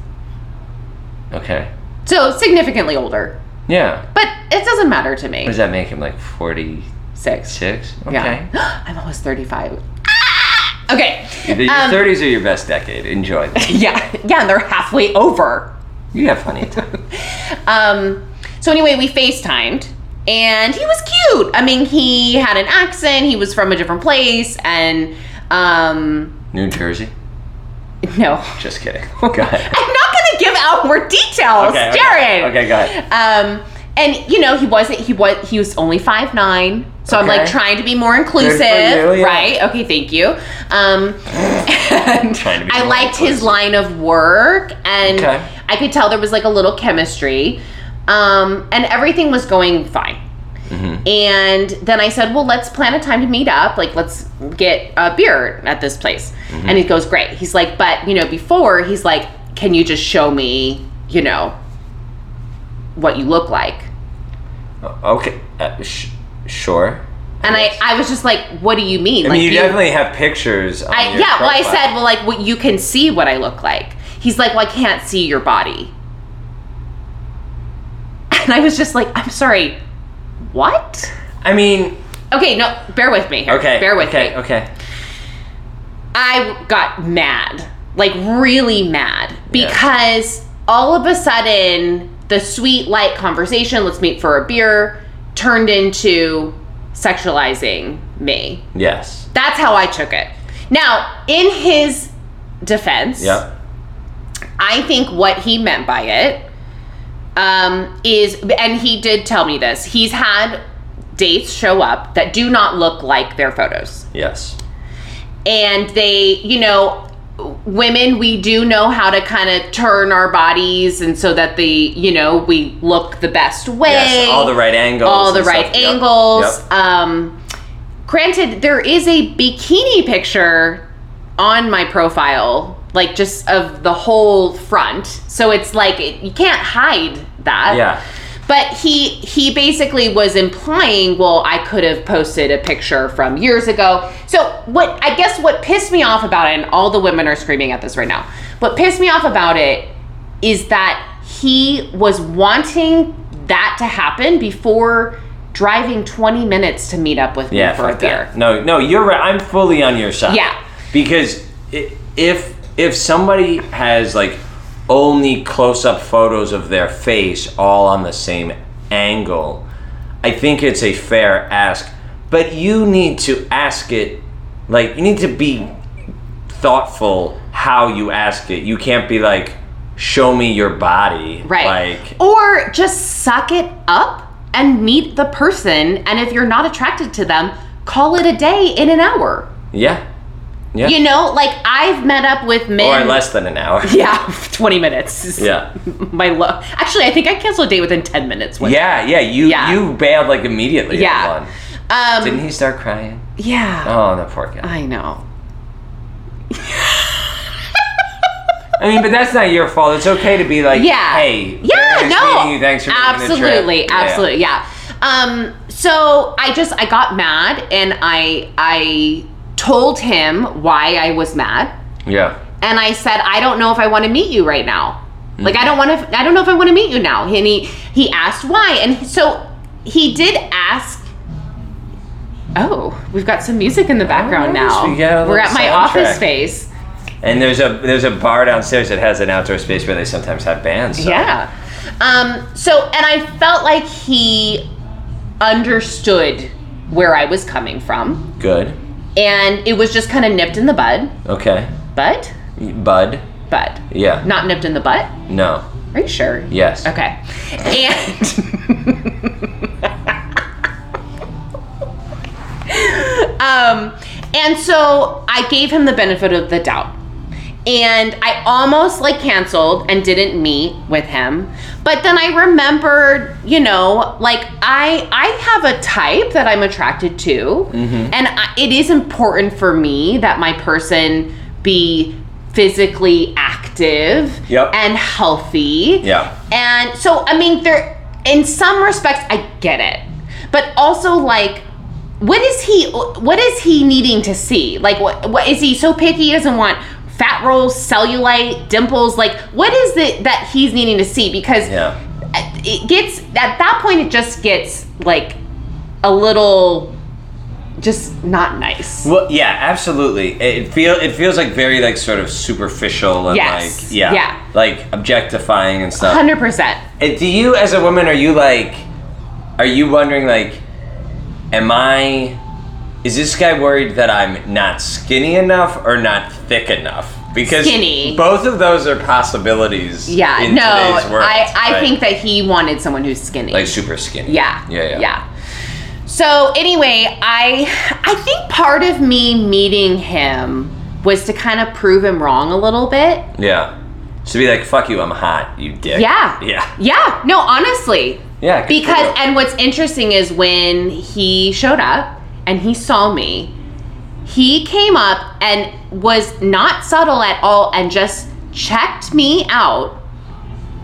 [SPEAKER 2] Okay.
[SPEAKER 1] So significantly older.
[SPEAKER 2] Yeah.
[SPEAKER 1] But it doesn't matter to me.
[SPEAKER 2] What does that make him like forty
[SPEAKER 1] Six.
[SPEAKER 2] six? Okay.
[SPEAKER 1] Yeah. I'm almost 35. Ah! Okay.
[SPEAKER 2] Either Your
[SPEAKER 1] Um,
[SPEAKER 2] thirties are your best decade. Enjoy them.
[SPEAKER 1] Yeah. Yeah, and they're halfway over.
[SPEAKER 2] You have plenty of time.
[SPEAKER 1] Um, so anyway, we FaceTimed and he was cute. I mean, he had an accent, he was from a different place, and um
[SPEAKER 2] New Jersey?
[SPEAKER 1] no.
[SPEAKER 2] Just kidding. Go ahead.
[SPEAKER 1] I'm not gonna give out more details,
[SPEAKER 2] Okay, okay.
[SPEAKER 1] Jared.
[SPEAKER 2] Okay, go ahead.
[SPEAKER 1] Um and you know, he wasn't he was he was only five nine. So I'm like
[SPEAKER 2] Okay.
[SPEAKER 1] trying to be more inclusive.
[SPEAKER 2] you, yeah.
[SPEAKER 1] Right. Okay, thank you. Um and
[SPEAKER 2] Trying to be
[SPEAKER 1] I
[SPEAKER 2] more
[SPEAKER 1] liked his
[SPEAKER 2] inclusive.
[SPEAKER 1] line of work and
[SPEAKER 2] Okay.
[SPEAKER 1] I could tell there was like a little chemistry. Um and everything was going fine.
[SPEAKER 2] Mm-hmm.
[SPEAKER 1] And then I said, "Well, let's plan a time to meet up. Like, let's get a beer at this place."
[SPEAKER 2] Mm-hmm.
[SPEAKER 1] And he goes, "Great." He's like, "But you know, before he's like, can you just show me, you know, what you look like?"
[SPEAKER 2] Okay. Uh, sh- sure.
[SPEAKER 1] And I, I was just like, "What do you mean?"
[SPEAKER 2] I
[SPEAKER 1] like,
[SPEAKER 2] mean, you,
[SPEAKER 1] do
[SPEAKER 2] definitely have pictures. On
[SPEAKER 1] I,
[SPEAKER 2] your
[SPEAKER 1] yeah. Well, I
[SPEAKER 2] profile.
[SPEAKER 1] said, "Well, like, what you can see what I look like." He's like, "Well, I can't see your body." And I was just like, "I'm sorry, what?"
[SPEAKER 2] I mean,
[SPEAKER 1] Okay, no, bear with me. Here.
[SPEAKER 2] okay.
[SPEAKER 1] bear with me.
[SPEAKER 2] okay, Okay.
[SPEAKER 1] I got mad, like really mad,
[SPEAKER 2] Yeah.
[SPEAKER 1] because all of a sudden the sweet, light conversation, let's meet for a beer, turned into sexualizing me.
[SPEAKER 2] Yes.
[SPEAKER 1] That's how I took it. Now, in his defense,
[SPEAKER 2] Yep.
[SPEAKER 1] I think what he meant by it um, is, and he did tell me this, he's had dates show up that do not look like their photos
[SPEAKER 2] Yes.
[SPEAKER 1] and they you know women we do know how to kind of turn our bodies and so that the you know we look the best way
[SPEAKER 2] Yes. All the right angles.
[SPEAKER 1] all the
[SPEAKER 2] and
[SPEAKER 1] right
[SPEAKER 2] stuff. Yep,
[SPEAKER 1] angles
[SPEAKER 2] yep.
[SPEAKER 1] um granted there is a bikini picture on my profile like just of the whole front so it's like it, you can't hide that
[SPEAKER 2] Yeah.
[SPEAKER 1] but he he basically was implying, well, I could have posted a picture from years ago. So what I guess what pissed me off about it, and all the women are screaming at this right now. What pissed me off about it is that he was wanting that to happen before driving 20 minutes to meet up with me
[SPEAKER 2] Yeah.
[SPEAKER 1] for a
[SPEAKER 2] fuck
[SPEAKER 1] beer.
[SPEAKER 2] that. No, no, you're right. I'm fully on your side.
[SPEAKER 1] Yeah.
[SPEAKER 2] Because i- if if somebody has like only close up photos of their face all on the same angle, I think it's a fair ask. But you need to ask it like you need to be thoughtful how you ask it. You can't be like, show me your body.
[SPEAKER 1] Right.
[SPEAKER 2] Like
[SPEAKER 1] or just suck it up and meet the person and if you're not attracted to them, call it a day in an hour.
[SPEAKER 2] Yeah. Yeah.
[SPEAKER 1] You know, like I've met up with men
[SPEAKER 2] or less than an hour.
[SPEAKER 1] Yeah, 20 minutes. is
[SPEAKER 2] Yeah.
[SPEAKER 1] My love. Actually, I think I canceled a date within 10 minutes. once.
[SPEAKER 2] Yeah, yeah. You
[SPEAKER 1] Yeah.
[SPEAKER 2] you bailed like immediately. on
[SPEAKER 1] Yeah.
[SPEAKER 2] one.
[SPEAKER 1] Um,
[SPEAKER 2] Didn't he start crying?
[SPEAKER 1] yeah.
[SPEAKER 2] Oh, that poor guy.
[SPEAKER 1] I know.
[SPEAKER 2] I mean, but that's not your fault. It's okay to be like,
[SPEAKER 1] Uh, yeah.
[SPEAKER 2] hey,
[SPEAKER 1] yeah,
[SPEAKER 2] very nice
[SPEAKER 1] no,
[SPEAKER 2] meeting you. Thanks for making the trip.
[SPEAKER 1] absolutely,
[SPEAKER 2] Yeah.
[SPEAKER 1] absolutely, yeah. Um, so I just I got mad and I I told him why I was mad
[SPEAKER 2] Yeah.
[SPEAKER 1] and I said I don't know if I want to meet you right now.
[SPEAKER 2] Hmm.
[SPEAKER 1] Like I don't want to. I don't know if I want to meet you now. And he he asked why, and so he did ask. Oh, we've got some music in the background
[SPEAKER 2] nice.
[SPEAKER 1] now.
[SPEAKER 2] Oh, We got a little
[SPEAKER 1] We're at my
[SPEAKER 2] soundtrack.
[SPEAKER 1] office space.
[SPEAKER 2] And there's a there's a bar downstairs that has an outdoor space where they sometimes have bands. so-
[SPEAKER 1] Yeah. Um, so, and I felt like he understood where I was coming from.
[SPEAKER 2] Good.
[SPEAKER 1] And it was just kind of nipped in the bud.
[SPEAKER 2] Okay.
[SPEAKER 1] But,
[SPEAKER 2] Bud.
[SPEAKER 1] but.
[SPEAKER 2] Yeah.
[SPEAKER 1] Not nipped in the butt?
[SPEAKER 2] No.
[SPEAKER 1] Are you sure?
[SPEAKER 2] Yes.
[SPEAKER 1] Okay. And. um, and so I gave him the benefit of the doubt. And I almost like canceled and didn't meet with him. But then I remembered, you know, like I I have a type that I'm attracted to. And I, it is important for me that my person be physically active
[SPEAKER 2] Yep.
[SPEAKER 1] and healthy.
[SPEAKER 2] Yeah.
[SPEAKER 1] And so, I mean, there, in some respects, I get it, but also like, what is he? What is he needing to see? Like, what? What is he so picky? He doesn't want fat rolls, cellulite, dimples. Like, what is it that he's needing to see? Because
[SPEAKER 2] Yeah.
[SPEAKER 1] it gets at that point, it just gets like a little, just not nice.
[SPEAKER 2] Well, yeah, absolutely. It it feel it feels like very like sort of superficial and
[SPEAKER 1] Yes.
[SPEAKER 2] like yeah,
[SPEAKER 1] Yeah.
[SPEAKER 2] like objectifying and stuff.
[SPEAKER 1] Hundred percent.
[SPEAKER 2] And Uh, Do you, as a woman, are you like, are you wondering like, am I? Is this guy worried that I'm not skinny enough or not thick enough? Because
[SPEAKER 1] Skinny.
[SPEAKER 2] both of those are possibilities.
[SPEAKER 1] Yeah.
[SPEAKER 2] in
[SPEAKER 1] no,
[SPEAKER 2] today's world,
[SPEAKER 1] I I
[SPEAKER 2] right?
[SPEAKER 1] think that he wanted someone who's skinny.
[SPEAKER 2] like super skinny.
[SPEAKER 1] Yeah.
[SPEAKER 2] Yeah. Yeah.
[SPEAKER 1] So anyway, I I think part of me meeting him was to kind of prove him wrong a little bit.
[SPEAKER 2] Yeah. So be like, fuck you, I'm hot, you dick.
[SPEAKER 1] Yeah.
[SPEAKER 2] Yeah.
[SPEAKER 1] Yeah. No, honestly.
[SPEAKER 2] Yeah. good for
[SPEAKER 1] Because
[SPEAKER 2] you.
[SPEAKER 1] and what's interesting is when he showed up and he saw me, he came up and was not subtle at all and just checked me out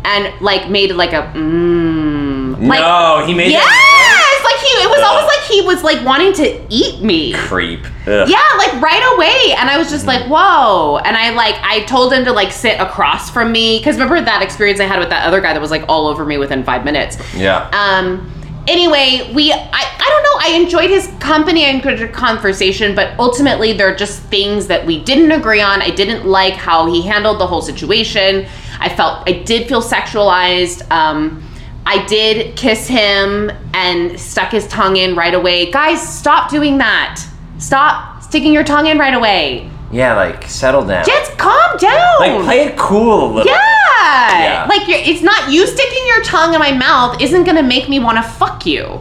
[SPEAKER 1] and like made like a mmm like
[SPEAKER 2] no, he made that
[SPEAKER 1] Yes, like he. It was
[SPEAKER 2] Ugh.
[SPEAKER 1] almost like he was like wanting to eat me.
[SPEAKER 2] creep. Ugh.
[SPEAKER 1] Yeah, like right away, and I was just like, "Whoa!" And I like I told him to like sit across from me because remember that experience I had with that other guy that was like all over me within five minutes.
[SPEAKER 2] Yeah.
[SPEAKER 1] Um. Anyway, we I I don't know. I enjoyed his company and good conversation, but ultimately there are just things that we didn't agree on. I didn't like how he handled the whole situation. I felt I did feel sexualized. Um. I did kiss him and stuck his tongue in right away. Guys, stop doing that. Stop sticking your tongue in right away.
[SPEAKER 2] Yeah, like settle down.
[SPEAKER 1] Just calm down.
[SPEAKER 2] Like play it cool a little.
[SPEAKER 1] Yeah.
[SPEAKER 2] Yeah.
[SPEAKER 1] Like you're, it's not you sticking your tongue in my mouth isn't gonna make me want to fuck you.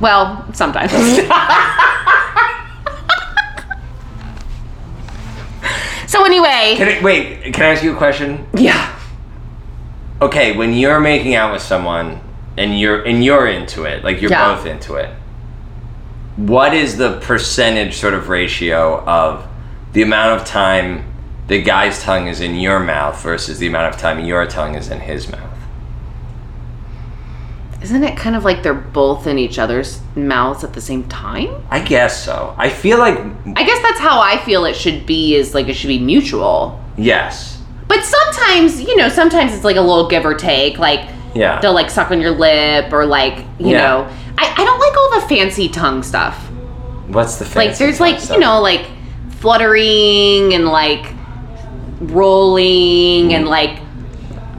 [SPEAKER 1] Well, sometimes. so anyway,
[SPEAKER 2] Can I, wait, can I ask you a question?
[SPEAKER 1] yeah.
[SPEAKER 2] Okay, when you're making out with someone and you're and you're into it, like you're
[SPEAKER 1] Yeah.
[SPEAKER 2] both into it. What is the percentage sort of ratio of the amount of time the guy's tongue is in your mouth versus the amount of time your tongue is in his mouth?
[SPEAKER 1] Isn't it kind of like they're both in each other's mouths at the same time?
[SPEAKER 2] I guess so. I feel like
[SPEAKER 1] I guess that's how I feel it should be is like it should be mutual.
[SPEAKER 2] yes.
[SPEAKER 1] But sometimes, you know, sometimes it's like a little give or take, like
[SPEAKER 2] Yeah.
[SPEAKER 1] they'll like suck on your lip or like you
[SPEAKER 2] Yeah.
[SPEAKER 1] know I, I don't like all the fancy tongue stuff
[SPEAKER 2] What's the
[SPEAKER 1] like
[SPEAKER 2] fancy
[SPEAKER 1] there's
[SPEAKER 2] tongue
[SPEAKER 1] like
[SPEAKER 2] stuff?
[SPEAKER 1] you know like fluttering and like rolling
[SPEAKER 2] Mm.
[SPEAKER 1] and like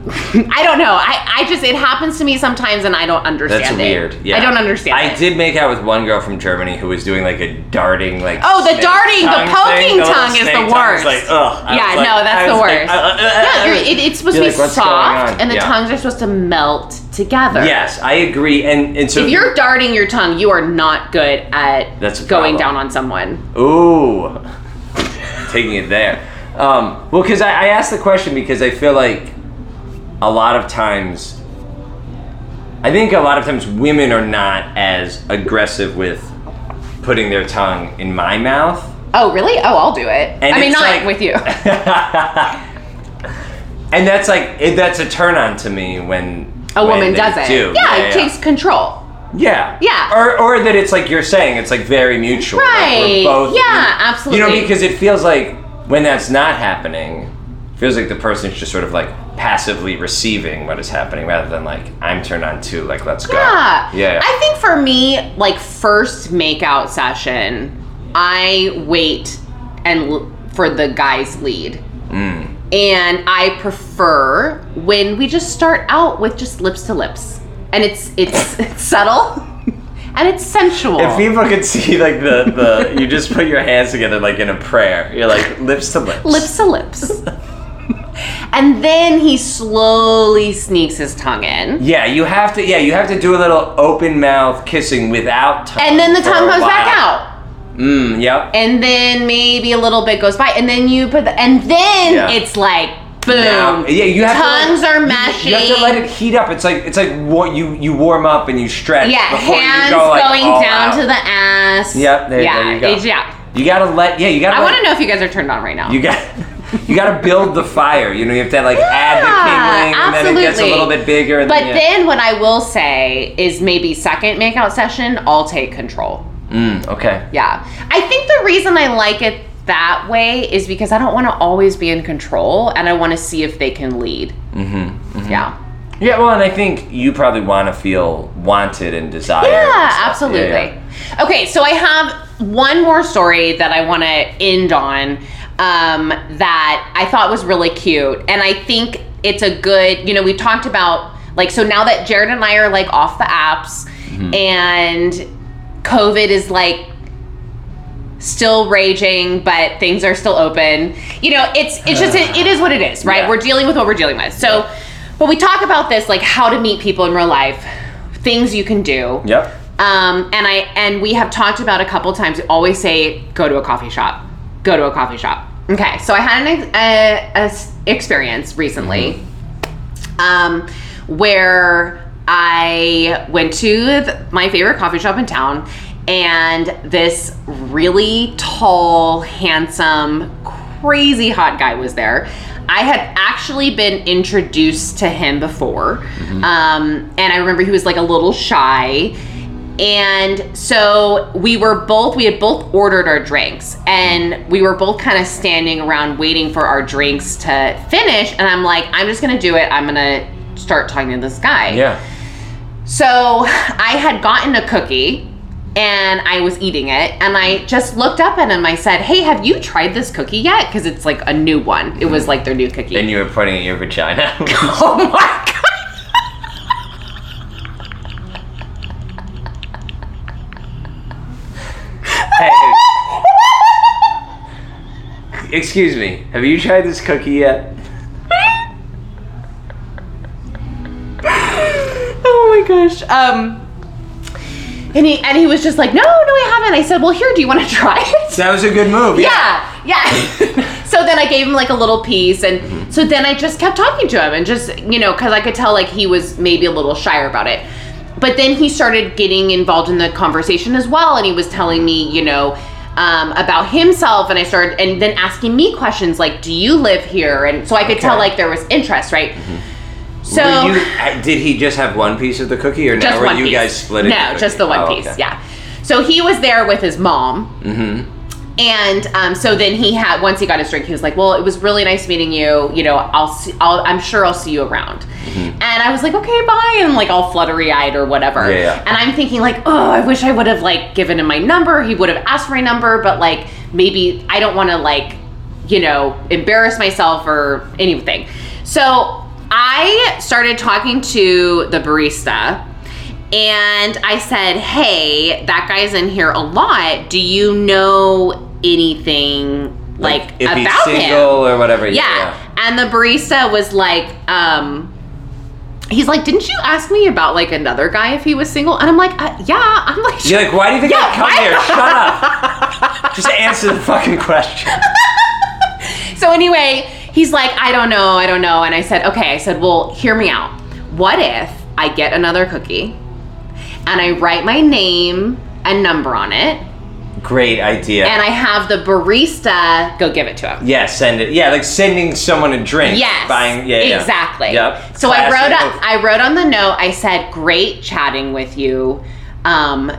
[SPEAKER 1] I don't know. I, I just it happens to me sometimes and I don't understand
[SPEAKER 2] That's
[SPEAKER 1] it.
[SPEAKER 2] weird. Yeah.
[SPEAKER 1] I don't understand.
[SPEAKER 2] I
[SPEAKER 1] it.
[SPEAKER 2] did make out with one girl from Germany who was doing like a darting, like
[SPEAKER 1] Oh, the
[SPEAKER 2] snake
[SPEAKER 1] darting, the
[SPEAKER 2] tongue
[SPEAKER 1] poking
[SPEAKER 2] thing. little
[SPEAKER 1] tongue is the
[SPEAKER 2] snake tongue was
[SPEAKER 1] worst.
[SPEAKER 2] Like, ugh. I
[SPEAKER 1] Yeah,
[SPEAKER 2] was like-
[SPEAKER 1] no, that's
[SPEAKER 2] I
[SPEAKER 1] the
[SPEAKER 2] was like,
[SPEAKER 1] worst.
[SPEAKER 2] uh, uh, uh,
[SPEAKER 1] No,
[SPEAKER 2] uh,
[SPEAKER 1] you're, it, it's supposed
[SPEAKER 2] You're
[SPEAKER 1] to
[SPEAKER 2] like,
[SPEAKER 1] be
[SPEAKER 2] "What's going
[SPEAKER 1] soft
[SPEAKER 2] on?"
[SPEAKER 1] and the
[SPEAKER 2] Yeah.
[SPEAKER 1] tongues are supposed to melt together.
[SPEAKER 2] uh, Yes, I agree, and and so
[SPEAKER 1] If you're darting your tongue, you are not good at
[SPEAKER 2] That's a
[SPEAKER 1] going
[SPEAKER 2] problem.
[SPEAKER 1] down on someone.
[SPEAKER 2] Ooh, taking it there. Um, well, because I, I asked the question because I feel like a lot of times, I think a lot of times women are not as aggressive with putting their tongue in my mouth.
[SPEAKER 1] Oh, really? Oh, I'll do it.
[SPEAKER 2] And
[SPEAKER 1] I mean,
[SPEAKER 2] it's
[SPEAKER 1] not
[SPEAKER 2] like-
[SPEAKER 1] with you.
[SPEAKER 2] and that's like it, that's a turn on to me when
[SPEAKER 1] A
[SPEAKER 2] when
[SPEAKER 1] woman
[SPEAKER 2] they
[SPEAKER 1] does it.
[SPEAKER 2] do.
[SPEAKER 1] Yeah, it takes control.
[SPEAKER 2] Yeah.
[SPEAKER 1] Yeah.
[SPEAKER 2] Or or that it's like you're saying, it's like very mutual. Like,
[SPEAKER 1] Right.
[SPEAKER 2] we're both
[SPEAKER 1] Yeah,
[SPEAKER 2] You
[SPEAKER 1] absolutely.
[SPEAKER 2] know, because it feels like when that's not happening, it feels like the person's just sort of like passively receiving what is happening rather than like I'm turned on too, like let's
[SPEAKER 1] Yeah.
[SPEAKER 2] go. Yeah.
[SPEAKER 1] I think for me, like first makeout session, I wait and l- for the guy's lead.
[SPEAKER 2] Mm.
[SPEAKER 1] And I prefer when we just start out with just lips to lips. And it's it's, it's subtle and it's sensual.
[SPEAKER 2] if people could see like the, the you just put your hands together like in a prayer. You're like lips to lips.
[SPEAKER 1] lips to lips. and then he slowly sneaks his tongue in.
[SPEAKER 2] Yeah, you have to yeah, you have to do a little open mouth kissing without tongue.
[SPEAKER 1] And then the
[SPEAKER 2] for
[SPEAKER 1] tongue
[SPEAKER 2] a
[SPEAKER 1] comes back
[SPEAKER 2] while.
[SPEAKER 1] out.
[SPEAKER 2] Mm, yep.
[SPEAKER 1] and then maybe a little bit goes by, and then you put the, and then
[SPEAKER 2] Yeah.
[SPEAKER 1] it's like boom.
[SPEAKER 2] Now- yeah, you have
[SPEAKER 1] tongues
[SPEAKER 2] to like-
[SPEAKER 1] are
[SPEAKER 2] you-
[SPEAKER 1] meshing.
[SPEAKER 2] You have to let it heat up. It's like it's like war, you you warm up and you stretch.
[SPEAKER 1] yeah,
[SPEAKER 2] before
[SPEAKER 1] hands
[SPEAKER 2] you go, like,
[SPEAKER 1] going
[SPEAKER 2] all
[SPEAKER 1] down
[SPEAKER 2] out. Oh,
[SPEAKER 1] to the ass.
[SPEAKER 2] Yep, there-
[SPEAKER 1] yeah,
[SPEAKER 2] there you go.
[SPEAKER 1] it's- yeah.
[SPEAKER 2] You gotta let yeah. You gotta.
[SPEAKER 1] I
[SPEAKER 2] let-
[SPEAKER 1] want to know if you guys are turned on right now.
[SPEAKER 2] You got. You gotta build the fire. You know, you have to like add the
[SPEAKER 1] Yeah,
[SPEAKER 2] king wing, and then it gets a
[SPEAKER 1] absolutely.
[SPEAKER 2] little bit bigger. And
[SPEAKER 1] but
[SPEAKER 2] then, yeah.
[SPEAKER 1] then what I will say is maybe second makeout session, I'll take control.
[SPEAKER 2] Mm, okay.
[SPEAKER 1] Yeah. I think the reason I like it that way is because I don't want to always be in control and I want to see if they can lead. Mm-hmm. Yeah.
[SPEAKER 2] Yeah. Well, and I think you probably want to feel wanted and desired. and
[SPEAKER 1] Yeah,
[SPEAKER 2] stuff.
[SPEAKER 1] absolutely.
[SPEAKER 2] yeah.
[SPEAKER 1] Okay, so I have one more story that I want to end on um, that I thought was really cute. And I think it's a good, you know, we talked about, like, so now that Jared and I are like off the apps
[SPEAKER 2] Mm-hmm.
[SPEAKER 1] and COVID is like, Still raging, but things are still open. You know, it's it's just it, it is what it is, right?
[SPEAKER 2] Yeah.
[SPEAKER 1] We're dealing with what we're dealing with. So, when we talk about this, like how to meet people in real life, things you can do.
[SPEAKER 2] Yep.
[SPEAKER 1] Um, and I and we have talked about a couple times. we Always say go to a coffee shop. Go to a coffee shop. Okay, so I had an ex- a, a s- experience recently, um, where I went to the, my favorite coffee shop in town, and this really tall, handsome, crazy hot guy was there. I had actually been introduced to him before, um, and I remember he was like a little shy. And so we were both, we had both ordered our drinks and we were both kind of standing around waiting for our drinks to finish. And I'm like, I'm just going to do it. I'm going to start talking to this guy.
[SPEAKER 2] Yeah.
[SPEAKER 1] So I had gotten a cookie and I was eating it. And I just looked up at him. I said, Hey, have you tried this cookie yet? Because it's like a new one. It was like their new cookie.
[SPEAKER 2] Then you were pointing at your vagina.
[SPEAKER 1] Oh my god.
[SPEAKER 2] Hey. Excuse me. Have you tried this cookie yet?
[SPEAKER 1] oh my gosh. Um and he and he was just like, "No, no, I haven't." I said, "Well, here, do you want to try it?"
[SPEAKER 2] That was a good move.
[SPEAKER 1] Yeah, yeah. so then I gave him like a little piece,
[SPEAKER 2] Mm-hmm.
[SPEAKER 1] and so then I just kept talking to him, and just you know, because I could tell like he was maybe a little shyer about it. But then he started getting involved in the conversation as well, and he was telling me, you know, um, about himself, and I started, and then asking me questions like, "Do you live here?" And so I could tell
[SPEAKER 2] Okay. Mm-hmm.
[SPEAKER 1] like there was interest, right? So
[SPEAKER 2] Were you, uh, did he just have one piece of the cookie, or
[SPEAKER 1] just
[SPEAKER 2] now were
[SPEAKER 1] one
[SPEAKER 2] you
[SPEAKER 1] piece.
[SPEAKER 2] guys split? Oh,
[SPEAKER 1] No, just the one
[SPEAKER 2] one
[SPEAKER 1] piece. Yeah. So he was there with his mom. Mm-hmm. And um, so then he had once he got his drink, he was like, "Well, it was really nice meeting you. You know, I'll see. I'll, I'm sure I'll see you around." And I was like, "Okay, bye," and like all fluttery eyed or whatever.
[SPEAKER 2] Mm-hmm. Yeah, yeah.
[SPEAKER 1] And I'm thinking like, "Oh, I wish I would have like given him my number. He would have asked for my number, but like maybe I don't want to like, you know, embarrass myself or anything." So I started talking to the barista. And I said, Hey, that guy's in here a lot. Do you know anything like,
[SPEAKER 2] if he's
[SPEAKER 1] about him?
[SPEAKER 2] single or whatever.
[SPEAKER 1] Yeah. And the barista was like, um, he's like, Didn't you ask me about like another guy if he was single? And I'm like, uh, yeah. I'm like,
[SPEAKER 2] You're like, why do you think
[SPEAKER 1] Yeah,
[SPEAKER 2] I come
[SPEAKER 1] why-
[SPEAKER 2] here? Shut up. just answer the fucking question.
[SPEAKER 1] So anyway, he's like, I don't know, I don't know. And I said, okay. I said, well, hear me out. What if I get another cookie and I write my name and number on it
[SPEAKER 2] Great idea.
[SPEAKER 1] and I have the barista go give it to him.
[SPEAKER 2] yeah, send it. Yeah, like sending someone a drink.
[SPEAKER 1] Yes.
[SPEAKER 2] Buying. Yeah. yeah.
[SPEAKER 1] Exactly.
[SPEAKER 2] Yep.
[SPEAKER 1] So I
[SPEAKER 2] Classic.
[SPEAKER 1] wrote up I wrote on the note, I said, Great chatting with you. Um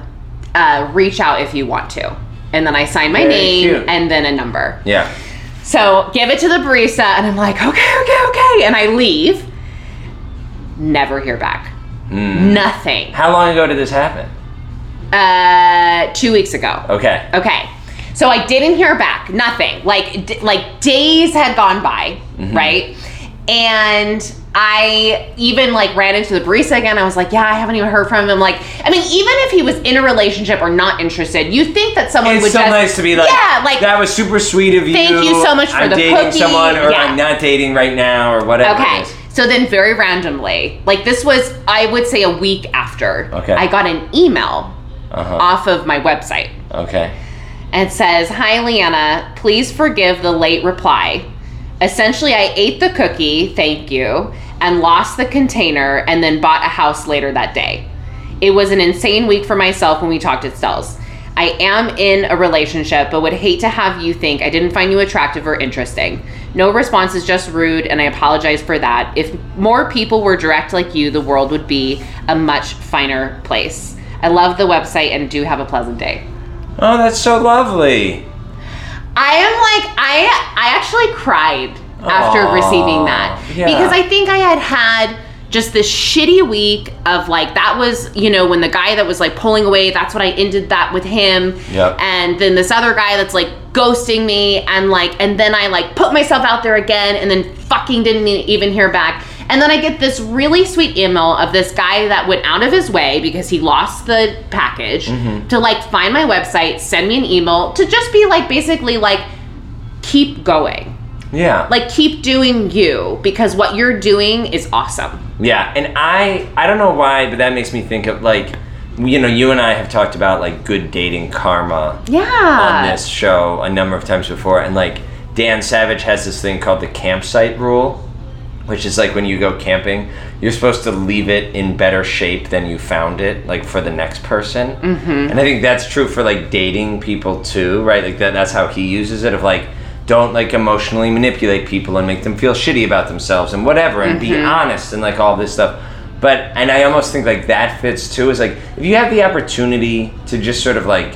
[SPEAKER 1] uh, reach out if you want to. And then I signed my
[SPEAKER 2] Very
[SPEAKER 1] name
[SPEAKER 2] cute.
[SPEAKER 1] and then a number.
[SPEAKER 2] yeah.
[SPEAKER 1] So give it to the barista and I'm like, okay, okay, okay. And I leave. Never hear back.
[SPEAKER 2] Hmm.
[SPEAKER 1] Nothing.
[SPEAKER 2] How long ago did this happen?
[SPEAKER 1] Uh two weeks ago.
[SPEAKER 2] Okay.
[SPEAKER 1] Okay. So I didn't hear back. Nothing. Like d- like days had gone by,
[SPEAKER 2] Mm-hmm.
[SPEAKER 1] right? And I even like ran into the barista again. I was like, "Yeah, I haven't even heard from him." Like, I mean, even if he was in a relationship or not interested, you think that someone
[SPEAKER 2] It's
[SPEAKER 1] would
[SPEAKER 2] so
[SPEAKER 1] just
[SPEAKER 2] nice to be like,
[SPEAKER 1] yeah, like
[SPEAKER 2] that was super sweet of you.
[SPEAKER 1] Thank you so much for
[SPEAKER 2] I'm
[SPEAKER 1] the
[SPEAKER 2] dating
[SPEAKER 1] cookie."
[SPEAKER 2] someone, or
[SPEAKER 1] Yeah.
[SPEAKER 2] I'm not dating right now, or whatever. it
[SPEAKER 1] Okay.
[SPEAKER 2] is.
[SPEAKER 1] So then, very randomly, like this was, I would say, a week after,
[SPEAKER 2] Okay.
[SPEAKER 1] I got an email
[SPEAKER 2] Uh-huh.
[SPEAKER 1] off of my website
[SPEAKER 2] Okay.
[SPEAKER 1] and it says, Hi, Leanna, please forgive the late reply. Essentially, I ate the cookie, thank you, and lost the container and then bought a house later that day. It was an insane week for myself when we talked at Stell's. I am in a relationship, but would hate to have you think I didn't find you attractive or interesting. No response is just rude, and I apologize for that. If more people were direct like you, the world would be a much finer place. I love the website and do have a pleasant day.
[SPEAKER 2] Oh, that's so lovely.
[SPEAKER 1] I am like I I actually cried after
[SPEAKER 2] Aw,
[SPEAKER 1] receiving that
[SPEAKER 2] yeah.
[SPEAKER 1] because I think I had had just this shitty week of like that was you know when the guy that was like pulling away that's what I ended that with him
[SPEAKER 2] Yep.
[SPEAKER 1] and then this other guy that's like ghosting me and like and then I like put myself out there again and then fucking didn't e- even hear back and then I get this really sweet email of this guy that went out of his way because he lost the package to like find my website send me an email to just be like basically like keep going
[SPEAKER 2] Yeah.
[SPEAKER 1] like keep doing you because what you're doing is awesome
[SPEAKER 2] Yeah, and I I don't know why, but that makes me think of like you know, you and I have talked about like good dating karma on
[SPEAKER 1] yeah
[SPEAKER 2] this show a number of times before and like Dan Savage has this thing called the campsite rule, which is like when you go camping, you're supposed to leave it in better shape than you found it, like for the next person. Mm-hmm. And I think that's true for like dating people too, right? Like that that's how he uses it of like don't like emotionally manipulate people and make them feel shitty about themselves and whatever and be honest and like all this stuff. But and I almost think like that fits too is like if you have the opportunity to just sort of like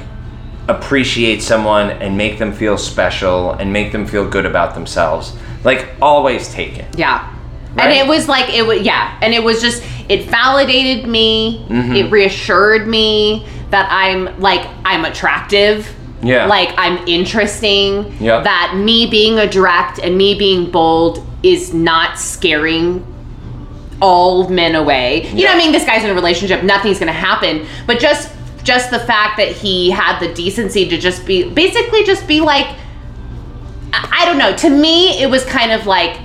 [SPEAKER 2] appreciate someone and make them feel special and make them feel good about themselves. Like always take it.
[SPEAKER 1] yeah and
[SPEAKER 2] Right.
[SPEAKER 1] it was like it was yeah and it was just it validated me it reassured me that i'm like i'm attractive
[SPEAKER 2] Yeah.
[SPEAKER 1] like i'm interesting
[SPEAKER 2] Yep.
[SPEAKER 1] that me being a direct and me being bold is not scaring all men away. You know what I
[SPEAKER 2] Yeah.
[SPEAKER 1] mean? This guy's in a relationship, nothing's gonna happen. But just just the fact that he had the decency to just be basically just be like I, I don't know. To me it was kind of like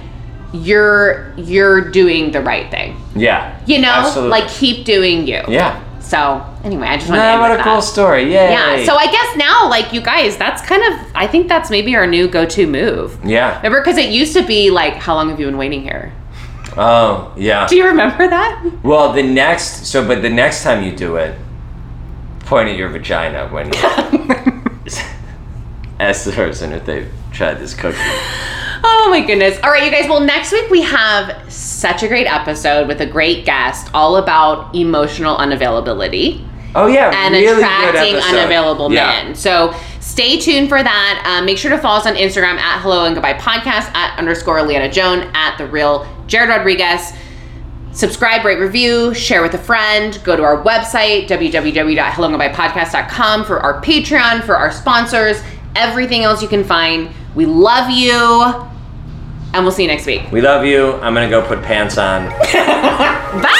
[SPEAKER 1] you're you're doing the right thing.
[SPEAKER 2] Yeah.
[SPEAKER 1] You know?
[SPEAKER 2] Absolutely.
[SPEAKER 1] Like keep doing you.
[SPEAKER 2] Yeah.
[SPEAKER 1] So anyway, I just want to
[SPEAKER 2] Nah,
[SPEAKER 1] end
[SPEAKER 2] what
[SPEAKER 1] with
[SPEAKER 2] a cool
[SPEAKER 1] that.
[SPEAKER 2] story. Yay.
[SPEAKER 1] Yeah. So I guess now, like you guys, that's kind of I think that's maybe our new go-to move.
[SPEAKER 2] Yeah.
[SPEAKER 1] Remember, because it used to be like, how long have you been waiting here?
[SPEAKER 2] Oh, yeah.
[SPEAKER 1] Do you remember that?
[SPEAKER 2] Well, the next so but the next time you do it, point at your vagina when ask the person if they've tried this cookie.
[SPEAKER 1] Oh my goodness. All right, you guys. Well, next week we have such a great episode with a great guest all about emotional unavailability
[SPEAKER 2] Oh yeah.
[SPEAKER 1] and
[SPEAKER 2] really good
[SPEAKER 1] attracting
[SPEAKER 2] episode.
[SPEAKER 1] unavailable
[SPEAKER 2] Yeah.
[SPEAKER 1] men. So stay tuned for that. Um, make sure to follow us on Instagram at hello and goodbye podcast at underscore Leanna Joan at the real Jared Rodriguez. Subscribe, rate, review, share with a friend. Go to our website, www.helloandgoodbyepodcast.com for our Patreon, for our sponsors, everything else you can find. We love you, and we'll see you next week.
[SPEAKER 2] We love you. I'm gonna go put pants on.
[SPEAKER 1] Bye!